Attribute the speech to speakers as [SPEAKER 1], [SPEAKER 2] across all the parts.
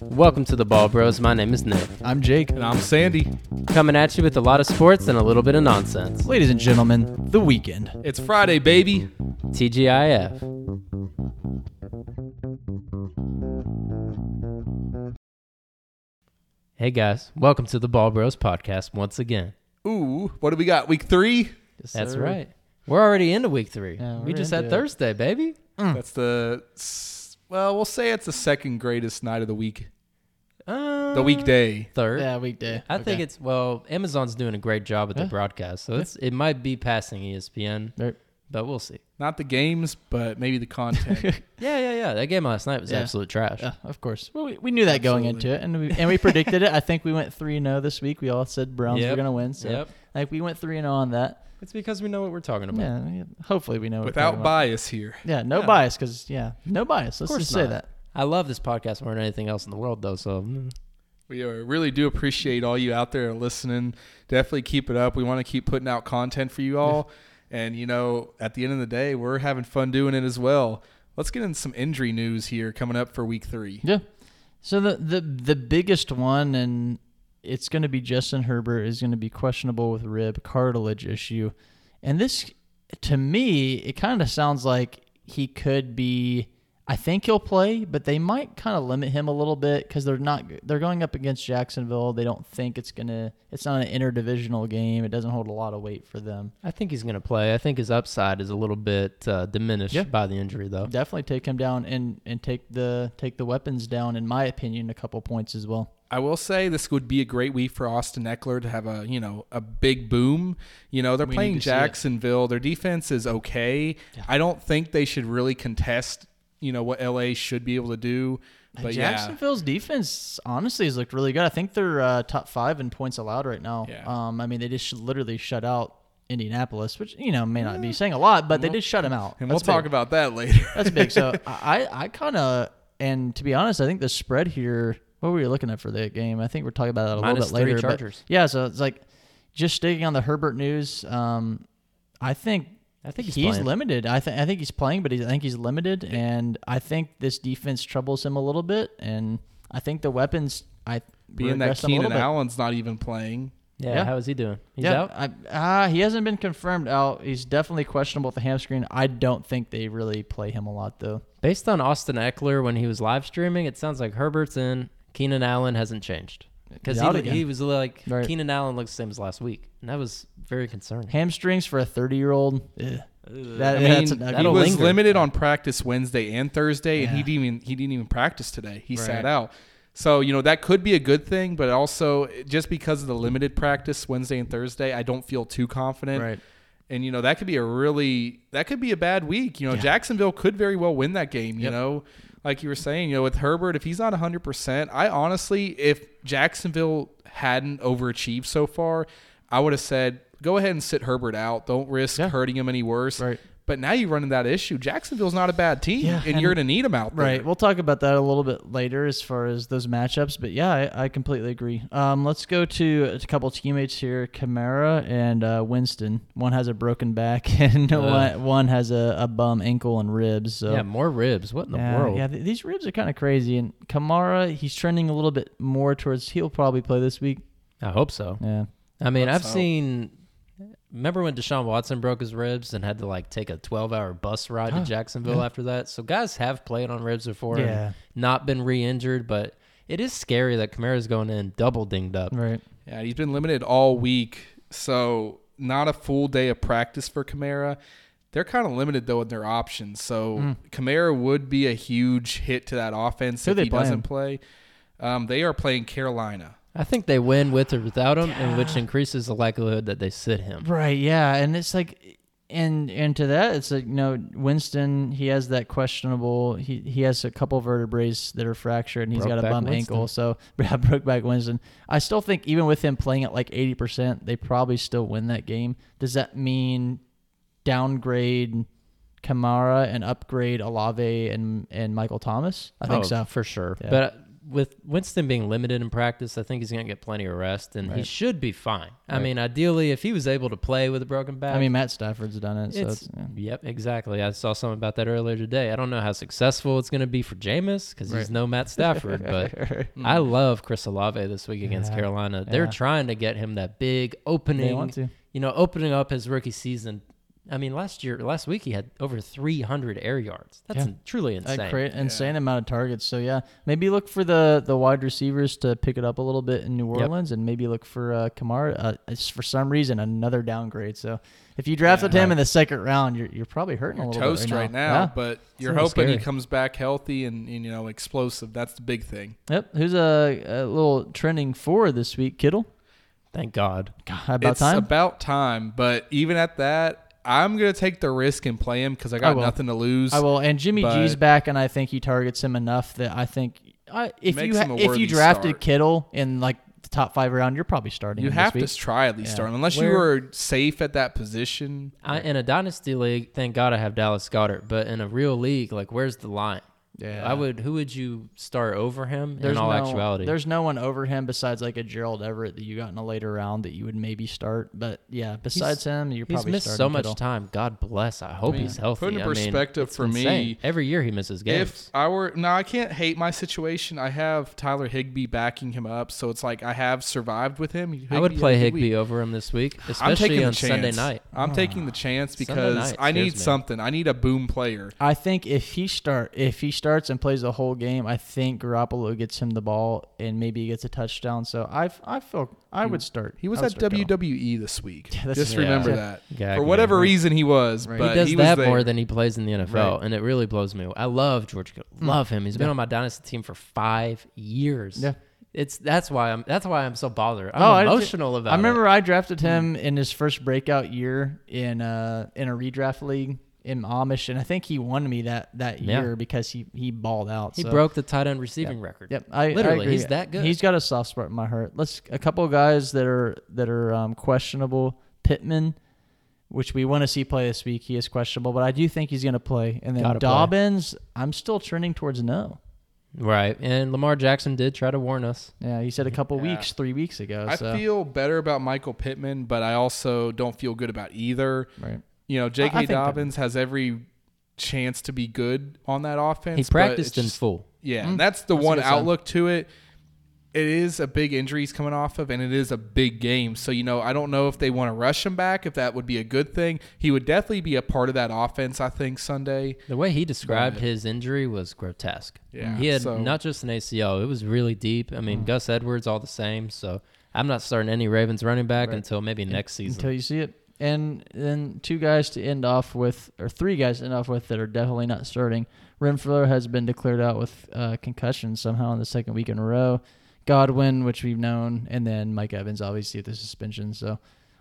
[SPEAKER 1] Welcome to the Ball Bros. My name is Nick.
[SPEAKER 2] I'm Jake.
[SPEAKER 3] And I'm Sandy.
[SPEAKER 1] Coming at you with a lot of sports and a little bit of nonsense.
[SPEAKER 2] Ladies and gentlemen, the weekend.
[SPEAKER 3] It's Friday, baby.
[SPEAKER 1] TGIF. Hey guys, welcome to the Ball Bros podcast once again.
[SPEAKER 3] Ooh, what do we got? Week three?
[SPEAKER 1] That's right. We're already into week three.
[SPEAKER 2] Yeah,
[SPEAKER 1] we
[SPEAKER 2] we're
[SPEAKER 1] just had
[SPEAKER 2] into it.
[SPEAKER 1] Thursday, baby.
[SPEAKER 2] Mm.
[SPEAKER 3] That's the, s- well, we'll say it's the second greatest night of the week,
[SPEAKER 1] Uh,
[SPEAKER 3] the weekday.
[SPEAKER 1] Third.
[SPEAKER 2] Yeah, weekday.
[SPEAKER 1] I think it's well. Amazon's doing a great job at the
[SPEAKER 2] Yeah.
[SPEAKER 1] broadcast, so it's, it might be passing E ESPN, but we'll see.
[SPEAKER 3] Not the games, but maybe the content.
[SPEAKER 1] Yeah, yeah, yeah. That game last night was
[SPEAKER 2] Yeah.
[SPEAKER 1] absolute trash.
[SPEAKER 2] Yeah, of course. Well, we, we knew that going
[SPEAKER 3] Absolutely.
[SPEAKER 2] into it, and we, and we predicted it. I think we went three 0 this week. We all said Browns
[SPEAKER 1] Yep.
[SPEAKER 2] were going to win, so
[SPEAKER 1] Yep.
[SPEAKER 2] like we went three 0 on that.
[SPEAKER 1] It's because we know what we're talking about.
[SPEAKER 2] Yeah, we- hopefully we know what we're talking
[SPEAKER 3] Without
[SPEAKER 2] about.
[SPEAKER 3] bias here.
[SPEAKER 2] Yeah, no
[SPEAKER 3] Yeah.
[SPEAKER 2] bias because yeah, no bias. Let's
[SPEAKER 1] course
[SPEAKER 2] just say
[SPEAKER 1] not.
[SPEAKER 2] that.
[SPEAKER 1] I love this podcast more than anything else in the world, though. So mm.
[SPEAKER 3] We uh, really do appreciate all you out there listening. Definitely keep it up. We want to keep putting out content for you all. and, you know, at the end of the day, we're having fun doing it as well. Let's get in some injury news here coming up for week three.
[SPEAKER 2] Yeah. So the the the biggest one, and it's going to be Justin Herbert is going to be questionable with rib cartilage issue, and this to me it kind of sounds like he could be. I think he'll play, but they might kind of limit him a little bit because they're not they're going up against Jacksonville. They don't think it's gonna. It's not an interdivisional game. It doesn't hold a lot of weight for them.
[SPEAKER 1] I think he's going to play. I think his upside is a little bit uh, diminished
[SPEAKER 2] Yeah.
[SPEAKER 1] by the injury, though.
[SPEAKER 2] Definitely take him down and and take the take the weapons down. In my opinion, a couple points as well.
[SPEAKER 3] I will say this would be a great week for Austin Eckler to have a you know a big boom. You know they're
[SPEAKER 2] We
[SPEAKER 3] playing
[SPEAKER 2] need to see it.
[SPEAKER 3] Jacksonville. Their defense is okay. I don't think they should really contest. You know what LA should be able to do. But yeah,
[SPEAKER 2] Jacksonville's defense honestly has looked really good. I think they're uh, top five in points allowed right now.
[SPEAKER 3] Yeah.
[SPEAKER 2] Um, I mean, they just literally shut out Indianapolis, which you know may not be saying a lot, but they did shut them out.
[SPEAKER 3] and we'll
[SPEAKER 2] That's
[SPEAKER 3] talk
[SPEAKER 2] big.
[SPEAKER 3] about that later.
[SPEAKER 2] That's big. So I, I kind of, and to be honest, I think the spread here. What were you looking at for that game? I think we're talking about that a
[SPEAKER 1] Minus
[SPEAKER 2] little bit
[SPEAKER 1] three
[SPEAKER 2] later. but-
[SPEAKER 1] Chargers.
[SPEAKER 2] yeah. So it's like just sticking on the Herbert news. Um, I think.
[SPEAKER 1] I think he's
[SPEAKER 2] he's,
[SPEAKER 1] playing.
[SPEAKER 2] limited. I think I think he's playing, but he's, I think he's limited, and I think this defense troubles him a little bit. And I think the weapons, I
[SPEAKER 3] Being that
[SPEAKER 2] regress them a little
[SPEAKER 3] Keenan
[SPEAKER 2] bit.
[SPEAKER 3] Allen's not even playing.
[SPEAKER 1] Yeah,
[SPEAKER 2] Yeah.
[SPEAKER 1] How is he doing? He's
[SPEAKER 2] yeah,
[SPEAKER 1] out.
[SPEAKER 2] I, uh, he hasn't been confirmed out. He's definitely questionable with the hamstring. I don't think they really play him a lot though.
[SPEAKER 1] Based on Austin Eckler when he was live streaming, it sounds like Herbert's in. Keenan Allen hasn't changed because
[SPEAKER 2] He's out
[SPEAKER 1] he,
[SPEAKER 2] again.
[SPEAKER 1] he was like
[SPEAKER 2] Right.
[SPEAKER 1] Keenan Allen looks the same as last week, and that was very concerning.
[SPEAKER 2] hamstrings for a 30 year old. That,
[SPEAKER 3] Uh, I
[SPEAKER 2] that's
[SPEAKER 3] mean,
[SPEAKER 2] an ugly
[SPEAKER 3] he
[SPEAKER 1] that'll
[SPEAKER 2] one.
[SPEAKER 3] was
[SPEAKER 1] linger.
[SPEAKER 3] limited on practice Wednesday and Thursday, and he
[SPEAKER 2] Yeah.
[SPEAKER 3] didn't even he didn't even practice today. He
[SPEAKER 1] Right.
[SPEAKER 3] sat out. So you know that could be a good thing, but also just because of the limited practice Wednesday and Thursday, I don't feel too confident.
[SPEAKER 2] Right.
[SPEAKER 3] And you know that could be a really that could be a bad week. You know Jacksonville could very well win that game. You know, like you were saying, you know with Herbert, if he's not hundred percent, I honestly, if Jacksonville hadn't overachieved so far, I would have said go ahead and sit Herbert out. Don't risk
[SPEAKER 2] Yeah.
[SPEAKER 3] hurting him any worse.
[SPEAKER 2] Right.
[SPEAKER 3] But now you're running that issue. Jacksonville's not a bad team,
[SPEAKER 2] Yeah,
[SPEAKER 3] and,
[SPEAKER 2] and-
[SPEAKER 3] you're going to need them out there.
[SPEAKER 2] Right. We'll talk about that a little bit later as far as those matchups. But yeah, I, I completely agree. Um, let's go to a couple teammates here Kamara and uh, Winston. One has a broken back, and
[SPEAKER 1] Ugh.
[SPEAKER 2] one, one has a, a bum ankle and ribs. So.
[SPEAKER 1] Yeah, more ribs. What in the
[SPEAKER 2] Yeah,
[SPEAKER 1] world?
[SPEAKER 2] yeah, th- these ribs are kind of crazy. And Kamara, he's trending a little bit more towards he'll probably play this week.
[SPEAKER 1] I hope so.
[SPEAKER 2] Yeah,
[SPEAKER 1] I mean,
[SPEAKER 3] Let's
[SPEAKER 1] I've
[SPEAKER 3] hope.
[SPEAKER 1] seen. Remember when Deshaun Watson broke his ribs and had to like take a 12-hour bus ride
[SPEAKER 2] Ah,
[SPEAKER 1] to Jacksonville after that? So guys have played on ribs before
[SPEAKER 2] Yeah.
[SPEAKER 1] and not been re-injured, but it is scary that Kamara's going in double dinged up.
[SPEAKER 2] right.
[SPEAKER 3] Yeah, he's been limited all week, so not a full day of practice for Kamara. They're kind of limited though in their options. So Kamara would be a huge hit to that offense
[SPEAKER 2] Hmm. Who
[SPEAKER 3] if
[SPEAKER 2] they
[SPEAKER 3] he
[SPEAKER 2] playing?
[SPEAKER 3] doesn't play. Um, they are playing Carolina.
[SPEAKER 1] I think they win with or without him, and which increases the likelihood that they sit him.
[SPEAKER 2] Right, yeah, and it's like, and and to that, it's like, you know, Winston, he has that questionable. He he has a couple vertebrae that are fractured, and he's got a
[SPEAKER 1] Brokeback
[SPEAKER 2] bum
[SPEAKER 1] Winston.
[SPEAKER 2] ankle. So yeah, Brokeback Winston. I still think even with him playing at like eighty percent, they probably still win that game. Does that mean downgrade Kamara and upgrade Alave and and Michael Thomas? I think
[SPEAKER 1] Oh,
[SPEAKER 2] so.
[SPEAKER 1] for sure.
[SPEAKER 2] Yeah.
[SPEAKER 1] But uh, with Winston being limited in practice, I think he's going to get plenty of rest, and he
[SPEAKER 2] Right.
[SPEAKER 1] should be fine. I
[SPEAKER 2] Right.
[SPEAKER 1] mean, ideally, if he was able to play with a broken back,
[SPEAKER 2] I mean, Matt Stafford's done it, so it's,
[SPEAKER 1] It's-
[SPEAKER 2] yeah.
[SPEAKER 1] Yep, exactly. I saw something about that earlier today. I don't know how successful it's going to be for Jameis because
[SPEAKER 2] Right. Hmm.
[SPEAKER 1] he's no Matt Stafford, but I love Chris Olave this week against
[SPEAKER 2] Yeah,
[SPEAKER 1] Carolina. They're
[SPEAKER 2] yeah.
[SPEAKER 1] trying to get him that big
[SPEAKER 2] they
[SPEAKER 1] opening,
[SPEAKER 2] want to.
[SPEAKER 1] you know, opening up his rookie season. I mean, last year, last week he had over 300 air yards. That's
[SPEAKER 2] Yeah.
[SPEAKER 1] in- truly
[SPEAKER 2] A
[SPEAKER 1] insane.
[SPEAKER 2] cra- insane amount of targets. So yeah, maybe look for the the wide receivers to pick it up a little bit in New
[SPEAKER 1] Yep.
[SPEAKER 2] Orleans, and maybe look for uh, Kamara. Uh, it's for some reason another downgrade. So if you drafted
[SPEAKER 3] Yeah.
[SPEAKER 2] him in the second round, you're you're probably hurting a
[SPEAKER 3] You're
[SPEAKER 2] little
[SPEAKER 3] toast
[SPEAKER 2] bit
[SPEAKER 3] right, now, but you're
[SPEAKER 1] a little
[SPEAKER 3] hoping he
[SPEAKER 1] scary.
[SPEAKER 3] comes back healthy and, and, you know explosive. That's the big thing.
[SPEAKER 2] Yeah. Yep. Who's a, a little trending four this week? Kittle.
[SPEAKER 1] Thank God.
[SPEAKER 2] God, about
[SPEAKER 3] it's
[SPEAKER 2] time.
[SPEAKER 3] about time, but even at that, I'm gonna take the risk and play him because I
[SPEAKER 2] I
[SPEAKER 3] got
[SPEAKER 2] will.
[SPEAKER 3] nothing to lose.
[SPEAKER 2] I will. And Jimmy G's
[SPEAKER 3] but-
[SPEAKER 2] back, and I think he targets him enough that I think I, if
[SPEAKER 3] Makes
[SPEAKER 2] you ha-
[SPEAKER 3] him a
[SPEAKER 2] if
[SPEAKER 3] worthy
[SPEAKER 2] you drafted
[SPEAKER 3] start.
[SPEAKER 2] Kittle in like the top five round, you're probably starting.
[SPEAKER 3] You
[SPEAKER 2] him
[SPEAKER 3] have
[SPEAKER 2] this
[SPEAKER 3] to
[SPEAKER 2] week.
[SPEAKER 3] try at least
[SPEAKER 2] Yeah.
[SPEAKER 3] start him, unless you
[SPEAKER 1] Where-
[SPEAKER 3] are safe at that position.
[SPEAKER 1] I, in a dynasty league, thank God I have Dallas Goddard, but in a real league, like, where's the line?
[SPEAKER 2] Yeah.
[SPEAKER 1] I would. Who would you start over him in all
[SPEAKER 2] no,
[SPEAKER 1] actuality?
[SPEAKER 2] There's no one over him besides like a Gerald Everett that you got in a later round that you would maybe start. But yeah, besides him, you're
[SPEAKER 1] He's
[SPEAKER 2] probably
[SPEAKER 1] missed so
[SPEAKER 2] starting
[SPEAKER 1] much
[SPEAKER 2] Kittle.
[SPEAKER 1] time. God bless. I hope
[SPEAKER 3] mean,
[SPEAKER 1] he's healthy.
[SPEAKER 3] put in
[SPEAKER 1] I mean,
[SPEAKER 3] perspective
[SPEAKER 1] it's
[SPEAKER 3] for me,
[SPEAKER 1] insane. every year he misses games.
[SPEAKER 3] If I were now, I can't hate my situation. I have Tyler Higby backing him up, so it's like I have survived with him.
[SPEAKER 1] I would play
[SPEAKER 3] had a good
[SPEAKER 1] Higby
[SPEAKER 3] week.
[SPEAKER 1] over him this week,
[SPEAKER 3] I'm taking
[SPEAKER 1] especially
[SPEAKER 3] the
[SPEAKER 1] on
[SPEAKER 3] chance.
[SPEAKER 1] Sunday night.
[SPEAKER 3] I'm taking the chance
[SPEAKER 1] Sunday
[SPEAKER 3] because
[SPEAKER 1] night
[SPEAKER 3] I need
[SPEAKER 1] scares me.
[SPEAKER 3] something. I need a boom player.
[SPEAKER 2] I think if he start if he starts and plays the whole game, I think Garoppolo gets him the ball and maybe he gets a touchdown. So I I feel I would start.
[SPEAKER 3] He was
[SPEAKER 2] I would
[SPEAKER 3] at
[SPEAKER 2] start Kittle.
[SPEAKER 3] WWE this week.
[SPEAKER 2] that's-
[SPEAKER 3] Just
[SPEAKER 1] yeah.
[SPEAKER 3] remember
[SPEAKER 1] Yeah.
[SPEAKER 3] that.
[SPEAKER 1] Yeah,
[SPEAKER 3] For
[SPEAKER 1] yeah.
[SPEAKER 3] whatever reason, he was,
[SPEAKER 2] Right.
[SPEAKER 3] but
[SPEAKER 1] he does
[SPEAKER 3] was
[SPEAKER 1] that
[SPEAKER 3] there.
[SPEAKER 1] more than he plays in the NFL,
[SPEAKER 3] Right. Hmm.
[SPEAKER 1] and it really blows me. away. I love George. Kittle. Love him. He's been on my dynasty team for five years.
[SPEAKER 2] Yeah.
[SPEAKER 1] It's that's why I'm that's why I'm so bothered. I'm
[SPEAKER 2] Oh, I did-
[SPEAKER 1] emotional about.
[SPEAKER 2] I remember I drafted
[SPEAKER 1] Hmm.
[SPEAKER 2] him in his first breakout year in uh in a redraft league in Amish, and I think he won me that that
[SPEAKER 1] Yeah.
[SPEAKER 2] year because he he balled out.
[SPEAKER 1] it. he
[SPEAKER 2] so-
[SPEAKER 1] broke the tight end receiving record.
[SPEAKER 2] Yep, I I
[SPEAKER 1] Literally,
[SPEAKER 2] agree.
[SPEAKER 1] he's that good.
[SPEAKER 2] He's got a soft spot in my heart. Let's a couple of guys that are that are um, questionable. Pittman, which we want to see play this week, he is questionable, but I do think he's going to play. And then
[SPEAKER 1] Gotta play.
[SPEAKER 2] Dobbins, I'm still trending towards no.
[SPEAKER 1] Right, and Lamar Jackson did try to warn us.
[SPEAKER 2] Yeah, he
[SPEAKER 1] Mm-hmm.
[SPEAKER 2] said a couple
[SPEAKER 3] Yeah.
[SPEAKER 2] weeks, three weeks ago.
[SPEAKER 3] I
[SPEAKER 2] so
[SPEAKER 3] feel better about Michael Pittman, but I also don't feel good about either.
[SPEAKER 2] right.
[SPEAKER 3] You know, J.K.
[SPEAKER 2] I think Pittman-
[SPEAKER 3] Dobbins has every chance to be good on that offense.
[SPEAKER 1] He
[SPEAKER 3] but
[SPEAKER 1] practiced
[SPEAKER 3] it's
[SPEAKER 1] in
[SPEAKER 3] just-
[SPEAKER 1] full.
[SPEAKER 3] Yeah,
[SPEAKER 2] Mm-hmm.
[SPEAKER 3] and that's the
[SPEAKER 2] that's a
[SPEAKER 3] one
[SPEAKER 2] good sign.
[SPEAKER 3] outlook to it. It is a big injury he's coming off of, and it is a big game. So, you know, I don't know if they want to rush him back, if that would be a good thing. He would definitely be a part of that offense, I think, Sunday.
[SPEAKER 1] The way he described his injury was grotesque.
[SPEAKER 3] Yeah,
[SPEAKER 1] Mm-hmm. he had
[SPEAKER 3] so-
[SPEAKER 1] not just an ACL; it was really deep. I mean,
[SPEAKER 2] Mm-hmm.
[SPEAKER 1] Gus Edwards, all the same. So I'm not starting any Ravens running back until maybe next season.
[SPEAKER 2] until you see it. And then two guys to end off with, or three guys to end off with that are definitely not starting. Renfro has been declared out with uh, concussion somehow in the second week in a row. Godwin, which we've known, and then Mike Evans, obviously with the suspension. So,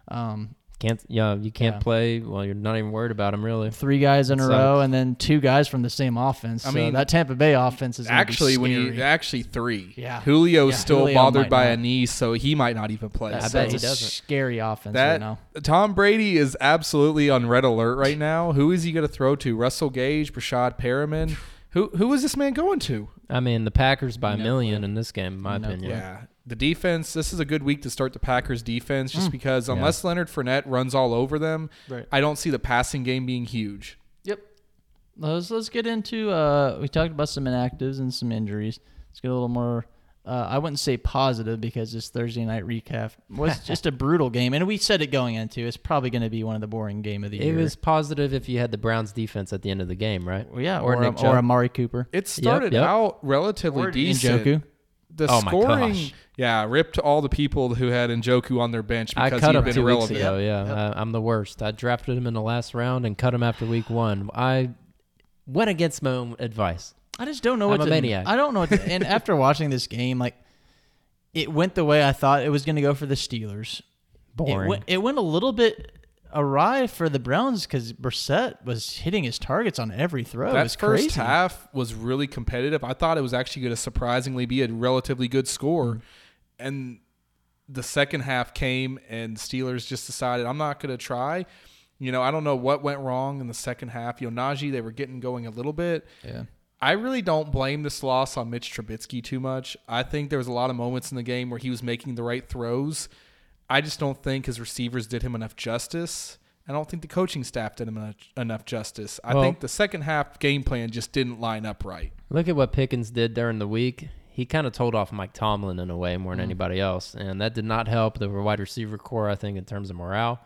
[SPEAKER 2] um,
[SPEAKER 1] Can't yeah, you can't
[SPEAKER 2] Yeah.
[SPEAKER 1] play. Well, you're not even worried about him really.
[SPEAKER 2] three guys in a
[SPEAKER 1] Sucks.
[SPEAKER 2] row, and then two guys from the same offense.
[SPEAKER 3] I
[SPEAKER 2] I
[SPEAKER 3] mean,
[SPEAKER 2] mean, that Tampa Bay offense is gonna be
[SPEAKER 3] actually, when
[SPEAKER 2] scary.
[SPEAKER 3] you actually three,
[SPEAKER 2] Yeah.
[SPEAKER 3] Julio's
[SPEAKER 2] Yeah,
[SPEAKER 3] still
[SPEAKER 2] Julio
[SPEAKER 3] bothered
[SPEAKER 2] might
[SPEAKER 3] by
[SPEAKER 2] not.
[SPEAKER 3] a knee, so he might not even play.
[SPEAKER 2] that's,
[SPEAKER 1] I
[SPEAKER 3] so
[SPEAKER 1] bet he
[SPEAKER 2] that's a
[SPEAKER 1] doesn't.
[SPEAKER 2] scary offense right
[SPEAKER 3] That
[SPEAKER 2] now.
[SPEAKER 3] Tom Brady is absolutely on red alert right now. Who is he going to throw to? Russell Gage, Brashad Perriman. Who who is this man going to?
[SPEAKER 1] I mean, the Packers by a
[SPEAKER 2] No
[SPEAKER 1] million in this game, in my
[SPEAKER 2] No
[SPEAKER 1] opinion.
[SPEAKER 3] Yeah. The defense, this is a good week to start the Packers defense
[SPEAKER 1] Mm.
[SPEAKER 3] just because unless Leonard Fournette runs all over them,
[SPEAKER 2] Right.
[SPEAKER 3] I don't see the passing game being huge.
[SPEAKER 2] Yep. Let's let's get into uh we talked about some inactives and some injuries. Let's get a little more uh, I wouldn't say positive because this Thursday night recap was just a brutal game, and we said it going into. It's probably going to be one of the boring game of the
[SPEAKER 1] It
[SPEAKER 2] year.
[SPEAKER 1] was positive if you had the Browns defense at the end of the game, right?
[SPEAKER 2] Well, yeah,
[SPEAKER 1] or
[SPEAKER 2] or or,
[SPEAKER 1] Nick
[SPEAKER 2] or
[SPEAKER 1] Chubb.
[SPEAKER 2] Amari Cooper,
[SPEAKER 3] It started
[SPEAKER 1] yep.
[SPEAKER 3] out relatively
[SPEAKER 2] or
[SPEAKER 3] decent.
[SPEAKER 2] Njoku.
[SPEAKER 3] The
[SPEAKER 1] Oh my
[SPEAKER 3] scoring,
[SPEAKER 1] gosh.
[SPEAKER 3] yeah, ripped all the people who had Njoku on their bench
[SPEAKER 1] I
[SPEAKER 3] because
[SPEAKER 1] cut
[SPEAKER 3] he'd
[SPEAKER 1] him
[SPEAKER 3] been
[SPEAKER 1] two weeks
[SPEAKER 3] irrelevant.
[SPEAKER 1] ago. Yeah, I, I'm the worst. I drafted him in the last round and cut him after week one. I went against my own advice.
[SPEAKER 2] I just don't know
[SPEAKER 1] I'm
[SPEAKER 2] what
[SPEAKER 1] a
[SPEAKER 2] to,
[SPEAKER 1] maniac.
[SPEAKER 2] I don't know. What to, and after watching this game, like it went the way I thought it was going to go for the Steelers. It
[SPEAKER 1] Boring.
[SPEAKER 2] went, it went a little bit awry for the Browns because Brissett was hitting his targets on every throw. it
[SPEAKER 3] that
[SPEAKER 2] was
[SPEAKER 3] first
[SPEAKER 2] crazy.
[SPEAKER 3] half was really competitive. I thought it was actually going to surprisingly be a relatively good score, and the second half came, and Steelers just decided I'm not going to try. You know, I don't know what went wrong in the second half. You know, Najee they were getting going a little bit.
[SPEAKER 2] Yeah.
[SPEAKER 3] I really don't blame this loss on Mitch Trubisky too much. I think there was a lot of moments in the game where he was making the right throws. I just don't think his receivers did him enough justice. I don't think the coaching staff did him enough, enough justice. I
[SPEAKER 1] Well-
[SPEAKER 3] think the second half game plan just didn't line up right.
[SPEAKER 1] Look at what Pickens did during the week. He kind of told off Mike Tomlin in a way more than anybody else, and that did not help the wide receiver core, I think, in terms of morale.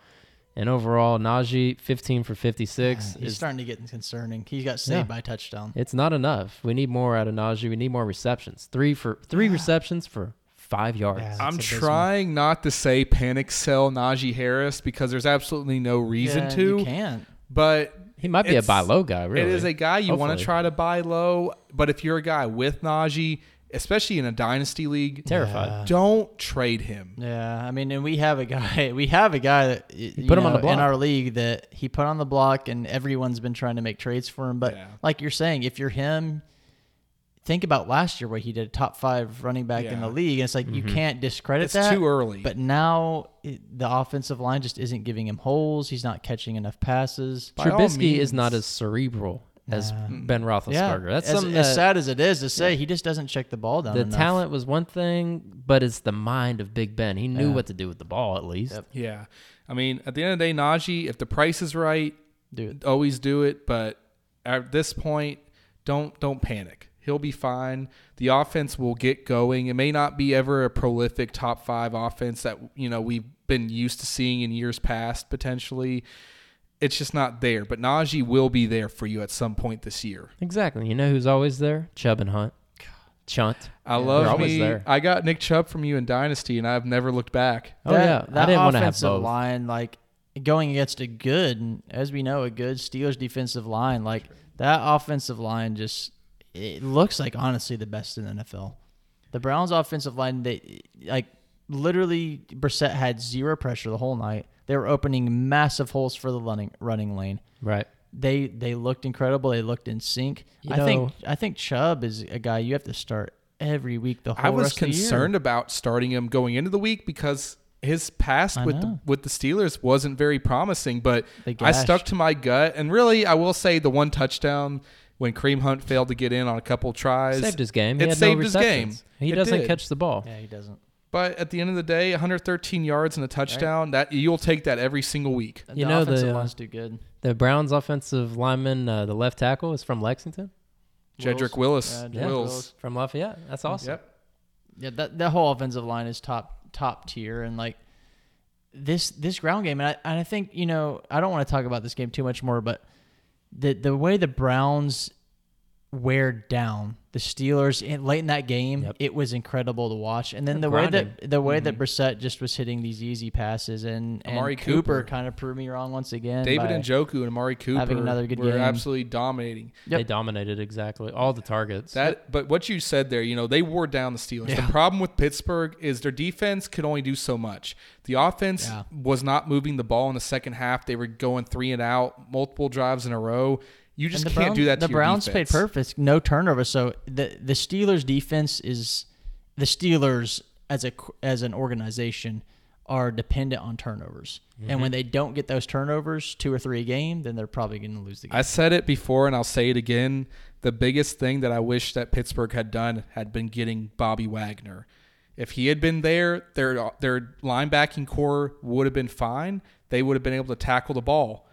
[SPEAKER 1] And overall, Najee, 15 for 56.
[SPEAKER 2] He's
[SPEAKER 1] is,
[SPEAKER 2] starting to get concerning. He got saved
[SPEAKER 1] Yeah.
[SPEAKER 2] by a touchdown.
[SPEAKER 1] it's not enough. We need more out of Najee. We need more receptions. Three for three receptions for five yards.
[SPEAKER 2] Yeah.
[SPEAKER 3] I'm
[SPEAKER 2] abysmal.
[SPEAKER 3] trying not to say panic sell Najee Harris because there's absolutely no reason
[SPEAKER 2] Yeah,
[SPEAKER 3] to.
[SPEAKER 2] You can't.
[SPEAKER 3] But
[SPEAKER 1] He might be a
[SPEAKER 3] it's-
[SPEAKER 1] buy low guy, really.
[SPEAKER 3] It is a guy you want to
[SPEAKER 1] Hopefully.
[SPEAKER 3] try to buy low, but if you're a guy with Najee, especially in a dynasty league,
[SPEAKER 1] terrified.
[SPEAKER 2] Yeah.
[SPEAKER 3] don't trade him.
[SPEAKER 2] Yeah, I mean, and we have a guy. We have a guy that you
[SPEAKER 1] put him on
[SPEAKER 2] know,
[SPEAKER 1] the block.
[SPEAKER 2] in our league that he put on the block, and everyone's been trying to make trades for him. But
[SPEAKER 3] Yeah.
[SPEAKER 2] like you're saying, if you're him, think about last year what he did, top five running back in
[SPEAKER 3] Yeah.
[SPEAKER 2] the league. And it's like you
[SPEAKER 1] Mm-hmm.
[SPEAKER 2] can't discredit
[SPEAKER 3] It's
[SPEAKER 2] that.
[SPEAKER 3] too early.
[SPEAKER 2] But now it, the offensive line just isn't giving him holes. He's not catching enough passes.
[SPEAKER 3] By all
[SPEAKER 1] Trubisky
[SPEAKER 3] means.
[SPEAKER 1] is not as cerebral as Mm. Ben Roethlisberger. That's
[SPEAKER 2] as,
[SPEAKER 1] something
[SPEAKER 2] as
[SPEAKER 1] that-
[SPEAKER 2] sad as it is to say, he just doesn't check the ball down.
[SPEAKER 1] the
[SPEAKER 2] enough.
[SPEAKER 1] talent was one thing, but it's the mind of Big Ben. He knew
[SPEAKER 2] Yeah.
[SPEAKER 1] what to do with the ball, at least.
[SPEAKER 2] Yep.
[SPEAKER 3] Yeah. I mean, at the end of the day, Najee, if the price is right,
[SPEAKER 2] Do it.
[SPEAKER 3] always do it. But at this point, don't don't panic. He'll be fine. The offense will get going. It may not be ever a prolific top five offense that you know we've been used to seeing in years past. Potentially, it's just not there. But Najee will be there for you at some point this year.
[SPEAKER 1] Exactly. You know who's always there? Chubb and Hunt. Chunt.
[SPEAKER 3] I
[SPEAKER 1] They're
[SPEAKER 3] love
[SPEAKER 1] always
[SPEAKER 3] me.
[SPEAKER 1] there.
[SPEAKER 3] I got Nick Chubb from you in Dynasty, and I've never looked back.
[SPEAKER 1] Oh, yeah. I
[SPEAKER 2] that
[SPEAKER 1] didn't want to have
[SPEAKER 2] offensive
[SPEAKER 1] both.
[SPEAKER 2] line, like going against a good, and as we know, a good Steelers defensive line, like that offensive line just it looks like honestly the best in the NFL. The Browns' offensive line, they like literally Brissett had zero pressure the whole night. They were opening massive holes for the running running lane.
[SPEAKER 1] Right.
[SPEAKER 2] They they looked incredible. They looked in sync.
[SPEAKER 1] You
[SPEAKER 2] I think
[SPEAKER 1] know-
[SPEAKER 2] I think Chubb is a guy you have to start every week. The whole
[SPEAKER 3] I was
[SPEAKER 2] rest of the year.
[SPEAKER 3] concerned about starting him going into the week because his past
[SPEAKER 2] I
[SPEAKER 3] with the,
[SPEAKER 2] know.
[SPEAKER 3] with the Steelers wasn't very promising. But
[SPEAKER 2] They
[SPEAKER 3] I stuck
[SPEAKER 2] gashed.
[SPEAKER 3] to my gut, and really, I will say the one touchdown when Cream Hunt failed to get in on a couple tries
[SPEAKER 1] Saved his game. He
[SPEAKER 3] It
[SPEAKER 1] had
[SPEAKER 3] saved
[SPEAKER 1] no
[SPEAKER 3] his game.
[SPEAKER 1] receptions. He
[SPEAKER 3] It
[SPEAKER 1] doesn't
[SPEAKER 3] did.
[SPEAKER 1] catch the ball.
[SPEAKER 2] Yeah, he doesn't.
[SPEAKER 3] But at the end of the day, 113 yards and a touchdown that you'll take that every single week.
[SPEAKER 1] You know, the,
[SPEAKER 2] offensive
[SPEAKER 1] uh,
[SPEAKER 2] line's too good.
[SPEAKER 1] The Browns offensive lineman, uh, the left tackle, is from Lexington.
[SPEAKER 3] Jedrick Willis,
[SPEAKER 2] Yeah, Jedrick
[SPEAKER 1] Yeah.
[SPEAKER 3] Wills.
[SPEAKER 2] Wills.
[SPEAKER 1] From Lafayette. That's awesome.
[SPEAKER 3] Yep.
[SPEAKER 2] Yeah, that that whole offensive line is top top tier, and like this this ground game, and I and I think you know I don't want to talk about this game too much more, but the the way the Browns wear down the Steelers in, late in that game,
[SPEAKER 1] Yep.
[SPEAKER 2] it was incredible to watch, and then
[SPEAKER 1] They're
[SPEAKER 2] the way that the way that Brissett just was hitting these easy passes, and, and
[SPEAKER 3] Mm-hmm. Amari Cooper.
[SPEAKER 2] Cooper kind of proved me wrong once again.
[SPEAKER 3] David
[SPEAKER 2] by-
[SPEAKER 3] and Joku and Amari Cooper
[SPEAKER 2] another good
[SPEAKER 3] were
[SPEAKER 2] game.
[SPEAKER 3] absolutely dominating.
[SPEAKER 1] They
[SPEAKER 2] Yep.
[SPEAKER 1] dominated exactly all the targets.
[SPEAKER 3] That, but what you said there, you know, they wore down the Steelers. The problem with Pittsburgh is their defense could only do so much. The offense
[SPEAKER 2] Yeah.
[SPEAKER 3] was not moving the ball in the second half. They were going three and out, multiple drives in a row. You just
[SPEAKER 2] And the
[SPEAKER 3] can't
[SPEAKER 2] Browns-
[SPEAKER 3] do that. To
[SPEAKER 2] The
[SPEAKER 3] your
[SPEAKER 2] Browns
[SPEAKER 3] defense.
[SPEAKER 2] played perfect, no turnover. So the the Steelers defense is the Steelers as a as an organization are dependent on turnovers. And
[SPEAKER 3] Mm-hmm.
[SPEAKER 2] when they don't get those turnovers, two or three a game, then they're probably going to lose the game.
[SPEAKER 3] I said it before, and I'll say it again. The biggest thing that I wish that Pittsburgh had done had been getting Bobby Wagner. If he had been there, their their linebacking core would have been fine. They would have been able to tackle the ball.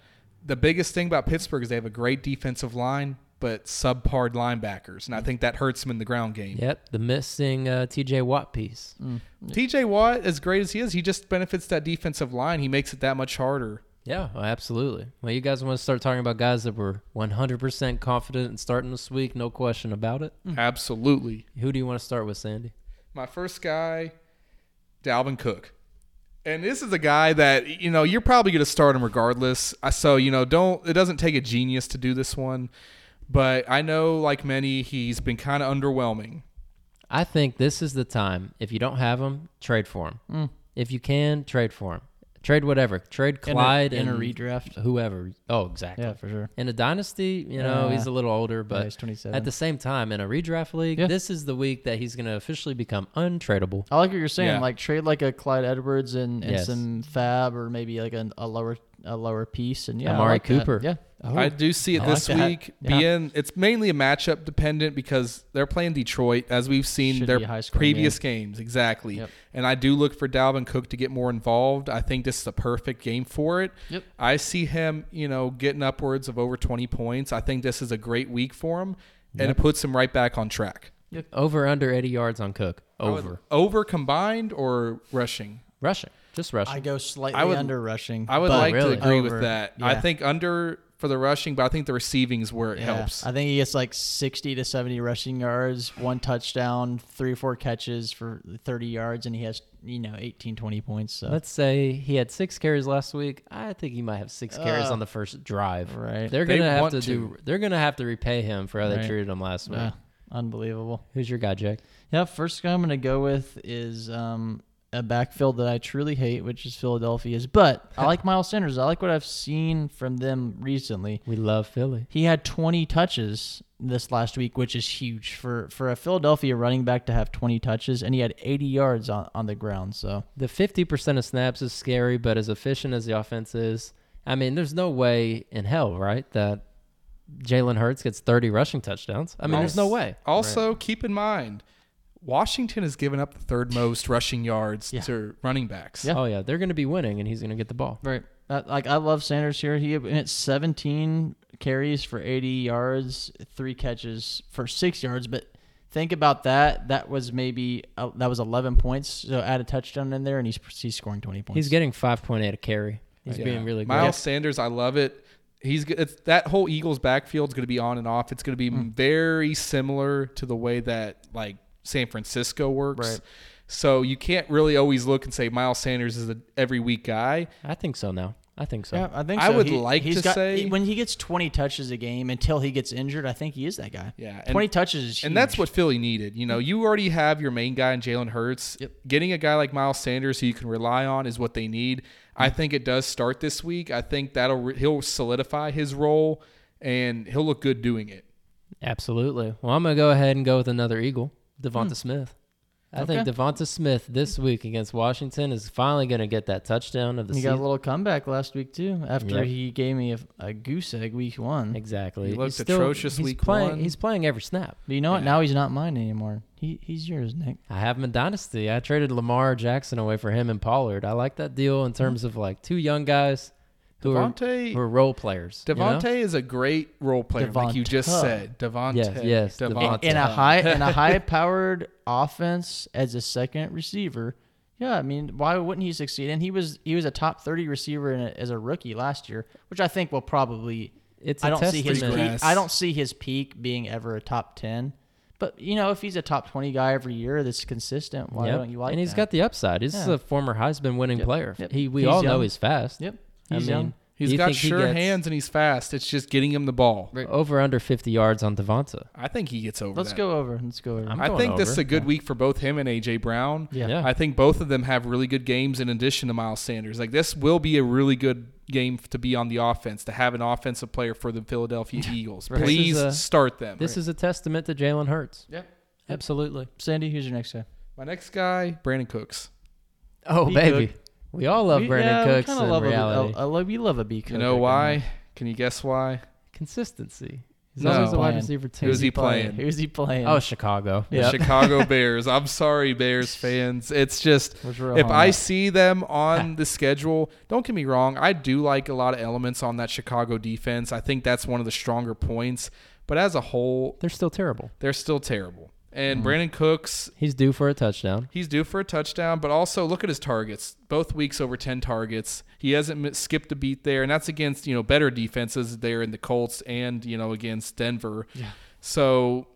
[SPEAKER 3] The biggest thing about Pittsburgh is they have a great defensive line, but subpar linebackers, and I think that hurts them in the ground game.
[SPEAKER 1] Yep, the missing uh, T.J. Watt piece.
[SPEAKER 3] Mm. T.J. Watt, as great as he is, he just benefits that defensive line. He makes it that much harder.
[SPEAKER 1] Yeah, oh, absolutely. Well, you guys want to start talking about guys that were 100% confident in starting this week, no question about it.
[SPEAKER 3] Mm. Absolutely.
[SPEAKER 1] Who do you want to start with, Sandy?
[SPEAKER 3] my first guy, Dalvin Cook. And this is a guy that, you know, you're probably going to start him regardless. I- So, you know, don't, it doesn't take a genius to do this one. But I know, like many, he's been kind of underwhelming.
[SPEAKER 1] I think this is the time. If you don't have him, trade for him. If you can, trade for him. Trade whatever. Trade
[SPEAKER 2] Mm. In a-
[SPEAKER 1] Clyde
[SPEAKER 2] in a,
[SPEAKER 1] and
[SPEAKER 2] redraft.
[SPEAKER 1] whoever. Oh, exactly.
[SPEAKER 2] Yeah, for sure.
[SPEAKER 1] In a dynasty, you know,
[SPEAKER 2] Yeah.
[SPEAKER 1] he's a little older,
[SPEAKER 2] But
[SPEAKER 1] but
[SPEAKER 2] he's 27.
[SPEAKER 1] at the same time, in a redraft league,
[SPEAKER 2] Yeah.
[SPEAKER 1] this is the week that he's going to officially become untradeable.
[SPEAKER 2] I like what you're saying.
[SPEAKER 3] Yeah.
[SPEAKER 2] Like trade like a Clyde Edwards and, and
[SPEAKER 1] Yes.
[SPEAKER 2] some Fab or maybe like an, a lower a lower piece. And yeah, I
[SPEAKER 1] Amari
[SPEAKER 2] like that.
[SPEAKER 1] Cooper.
[SPEAKER 2] Yeah, Oh,
[SPEAKER 3] I do see it
[SPEAKER 2] I
[SPEAKER 3] this
[SPEAKER 2] like that.
[SPEAKER 3] week
[SPEAKER 2] Yeah.
[SPEAKER 3] being it's mainly a matchup dependent because they're playing Detroit as we've seen
[SPEAKER 2] Should
[SPEAKER 3] their
[SPEAKER 2] be a high-scoring
[SPEAKER 3] previous games exactly.
[SPEAKER 2] Yep.
[SPEAKER 3] And I do look for Dalvin Cook to get more involved. I think this is a perfect game for it.
[SPEAKER 2] Yep.
[SPEAKER 3] I see him, you know, getting upwards of over 20 points. I think this is a great week for him and it puts him right back on track.
[SPEAKER 1] Over under 80 yards on Cook. Over.
[SPEAKER 3] Over combined or rushing?
[SPEAKER 1] Rushing. Just rushing.
[SPEAKER 2] I go slightly
[SPEAKER 3] would-
[SPEAKER 2] under rushing.
[SPEAKER 3] I would
[SPEAKER 2] but-
[SPEAKER 3] like
[SPEAKER 1] really?
[SPEAKER 3] to agree
[SPEAKER 2] Over.
[SPEAKER 3] with that.
[SPEAKER 2] Yeah.
[SPEAKER 3] I think under for the rushing, but I think the receiving is where it
[SPEAKER 2] Yeah.
[SPEAKER 3] helps.
[SPEAKER 2] I think he gets like 60 to 70 rushing yards, one touchdown, three or four catches for 30 yards, and he has, you know, 18, 20 points. So
[SPEAKER 1] Let's say he had six carries last week. I think he might have six carries
[SPEAKER 2] Uh,
[SPEAKER 1] on the first drive.
[SPEAKER 2] right.
[SPEAKER 1] They're
[SPEAKER 3] They
[SPEAKER 1] gonna have
[SPEAKER 3] want
[SPEAKER 1] to,
[SPEAKER 3] to.
[SPEAKER 1] do. They're gonna have to repay him for how they
[SPEAKER 2] Right.
[SPEAKER 1] treated him last week.
[SPEAKER 2] Yeah, unbelievable.
[SPEAKER 1] Who's your guy, Jake?
[SPEAKER 2] Yeah, first guy I'm going to go with is um, a backfield that I truly hate, which is Philadelphia's. But I like Miles Sanders. I like what I've seen from them recently.
[SPEAKER 1] We love Philly.
[SPEAKER 2] He had 20 touches this last week, which is huge for, for a Philadelphia running back to have 20 touches, and he had 80 yards on, on the ground. So
[SPEAKER 1] The fifty percent of snaps is scary, but as efficient as the offense is, I mean, there's no way in hell, right, that Jalen Hurts gets thirty rushing touchdowns. I mean, there's no way.
[SPEAKER 3] Also, keep in mind, Washington has given up the third most rushing yards to running backs.
[SPEAKER 2] Yeah.
[SPEAKER 1] Oh yeah, they're gonna be winning, and he's gonna get the ball.
[SPEAKER 2] Right. Uh, like I love Sanders here. He and it's 17 carries for 80 yards, three catches for six yards. But think about that. That was maybe uh, that was 11 points. So add a touchdown in there, and he's he's scoring 20 points.
[SPEAKER 1] He's getting five point eight a carry. He's
[SPEAKER 3] Yeah.
[SPEAKER 1] being really good.
[SPEAKER 3] Miles Sanders, I love it. He's g- it's, that whole Eagles backfield is going to be on and off. It's going to be
[SPEAKER 1] Hmm.
[SPEAKER 3] very similar to the way that like San Francisco works.
[SPEAKER 2] Right.
[SPEAKER 3] So you can't really always look and say Miles Sanders is an every week guy.
[SPEAKER 1] I think so now. I think so.
[SPEAKER 2] yeah, I think
[SPEAKER 3] I
[SPEAKER 2] so.
[SPEAKER 3] would
[SPEAKER 2] He-
[SPEAKER 3] like
[SPEAKER 2] he's
[SPEAKER 3] to
[SPEAKER 2] got-
[SPEAKER 3] say-
[SPEAKER 2] he- when he gets 20 touches a game until he gets injured. I think he is that guy.
[SPEAKER 3] Yeah, and-
[SPEAKER 2] 20 touches is huge.
[SPEAKER 3] And that's what Philly needed. You know,
[SPEAKER 1] Mm.
[SPEAKER 3] you already have your main guy in Jalen Hurts. Getting a guy like Miles Sanders who you can rely on is what they need. I
[SPEAKER 1] Mm.
[SPEAKER 3] think it does start this week. I think that'll re- he'll solidify his role and he'll look good doing it.
[SPEAKER 1] Absolutely. Well, I'm going to go ahead and go with another Eagle, Devonta Smith. I think
[SPEAKER 2] Hmm. Okay.
[SPEAKER 1] Devonta Smith this week against Washington is finally going to get that touchdown of the
[SPEAKER 2] he
[SPEAKER 1] season.
[SPEAKER 2] got a little comeback last week too. After
[SPEAKER 1] Yep.
[SPEAKER 2] he gave me a, a goose egg week one.
[SPEAKER 1] exactly.
[SPEAKER 3] He looked
[SPEAKER 1] He's still-
[SPEAKER 3] atrocious
[SPEAKER 1] he's
[SPEAKER 3] week
[SPEAKER 1] playing,
[SPEAKER 3] one.
[SPEAKER 1] He's playing every snap.
[SPEAKER 2] But you know what?
[SPEAKER 3] Yeah.
[SPEAKER 2] Now he's not mine anymore. He he's yours, Nick.
[SPEAKER 1] I have him in Dynasty. I traded Lamar Jackson away for him and Pollard. I like that deal
[SPEAKER 2] Hmm.
[SPEAKER 1] in terms of like two young guys who, are,
[SPEAKER 3] Devontae-
[SPEAKER 1] who are role players. you know?
[SPEAKER 3] Devontae is a great role player, like you just
[SPEAKER 2] Devonta.
[SPEAKER 3] said. Devontae.
[SPEAKER 1] Yes, yes,
[SPEAKER 3] Devontae.
[SPEAKER 1] Devonta.
[SPEAKER 2] in a high in a high powered offense as a second receiver. Yeah, I mean, why wouldn't he succeed? And he was he was a top thirty receiver in a, as a rookie last year, which I think will probably.
[SPEAKER 1] It's
[SPEAKER 2] I
[SPEAKER 1] a
[SPEAKER 2] don't see his
[SPEAKER 1] testament.
[SPEAKER 2] peak, I don't see his peak being ever a top ten. But you know, if he's a top twenty guy every year that's consistent, why
[SPEAKER 1] Yep.
[SPEAKER 2] don't you like?
[SPEAKER 1] and
[SPEAKER 2] he's
[SPEAKER 1] he's got the upside. He's
[SPEAKER 2] Yeah.
[SPEAKER 1] a former Heisman winning player.
[SPEAKER 2] Yep.
[SPEAKER 1] He, we
[SPEAKER 2] He's
[SPEAKER 1] all know
[SPEAKER 2] young.
[SPEAKER 1] he's fast.
[SPEAKER 2] Yep.
[SPEAKER 1] I
[SPEAKER 2] He's
[SPEAKER 1] mean,
[SPEAKER 2] young.
[SPEAKER 1] do
[SPEAKER 3] He's
[SPEAKER 1] you
[SPEAKER 3] got
[SPEAKER 1] think he
[SPEAKER 3] sure
[SPEAKER 1] gets
[SPEAKER 3] hands and he's fast. It's just getting him the ball.
[SPEAKER 1] Over under 50 yards on Devonta.
[SPEAKER 3] I think he gets over.
[SPEAKER 2] Let's
[SPEAKER 3] that.
[SPEAKER 2] go over. Let's go over.
[SPEAKER 1] I'm
[SPEAKER 3] I
[SPEAKER 1] going
[SPEAKER 3] think this
[SPEAKER 1] over.
[SPEAKER 3] is a good week for both him and AJ Brown.
[SPEAKER 2] Yeah.
[SPEAKER 1] Yeah.
[SPEAKER 3] I think both of them have really good games in addition to Miles Sanders. Like this will be a really good game to be on the offense, to have an offensive player for the Philadelphia Eagles.
[SPEAKER 1] This is
[SPEAKER 3] Please
[SPEAKER 1] a-
[SPEAKER 3] start them.
[SPEAKER 1] This is a testament to Jalen Hurts.
[SPEAKER 3] yeah.
[SPEAKER 1] Absolutely.
[SPEAKER 2] Sandy, who's your next guy?
[SPEAKER 3] My next guy, Brandon Cooks.
[SPEAKER 1] Oh,
[SPEAKER 2] He
[SPEAKER 1] baby.
[SPEAKER 2] could.
[SPEAKER 1] We all love
[SPEAKER 2] We-
[SPEAKER 1] Brandon
[SPEAKER 2] yeah, we
[SPEAKER 1] Cooks
[SPEAKER 2] kinda
[SPEAKER 1] in
[SPEAKER 2] love Oh,
[SPEAKER 1] reality.
[SPEAKER 2] A, I love you. Love a B.
[SPEAKER 3] You
[SPEAKER 2] Cook, I
[SPEAKER 3] know
[SPEAKER 2] kinda
[SPEAKER 3] why? Can you guess why?
[SPEAKER 1] Consistency. He's
[SPEAKER 2] No.
[SPEAKER 1] always a wide
[SPEAKER 2] Playing.
[SPEAKER 1] receiver too.
[SPEAKER 3] Who's he playing?
[SPEAKER 2] Who's he playing?
[SPEAKER 1] Oh, Chicago.
[SPEAKER 2] Yeah.
[SPEAKER 3] The Chicago Bears. I'm sorry, Bears fans. It's just
[SPEAKER 2] Which we're
[SPEAKER 3] if
[SPEAKER 2] on
[SPEAKER 3] I
[SPEAKER 2] that.
[SPEAKER 3] see them on the schedule, don't get me wrong, I do like a lot of elements on that Chicago defense. I think that's one of the stronger points. But as a whole,
[SPEAKER 1] They're still terrible.
[SPEAKER 3] they're still terrible. And Brandon Cooks,
[SPEAKER 1] He's due for a touchdown.
[SPEAKER 3] he's due for a touchdown, but also look at his targets. Both weeks over 10 targets. He hasn't mi- skipped a beat there, and that's against, you know, better defenses there in the Colts and, you know, against Denver. Yeah. So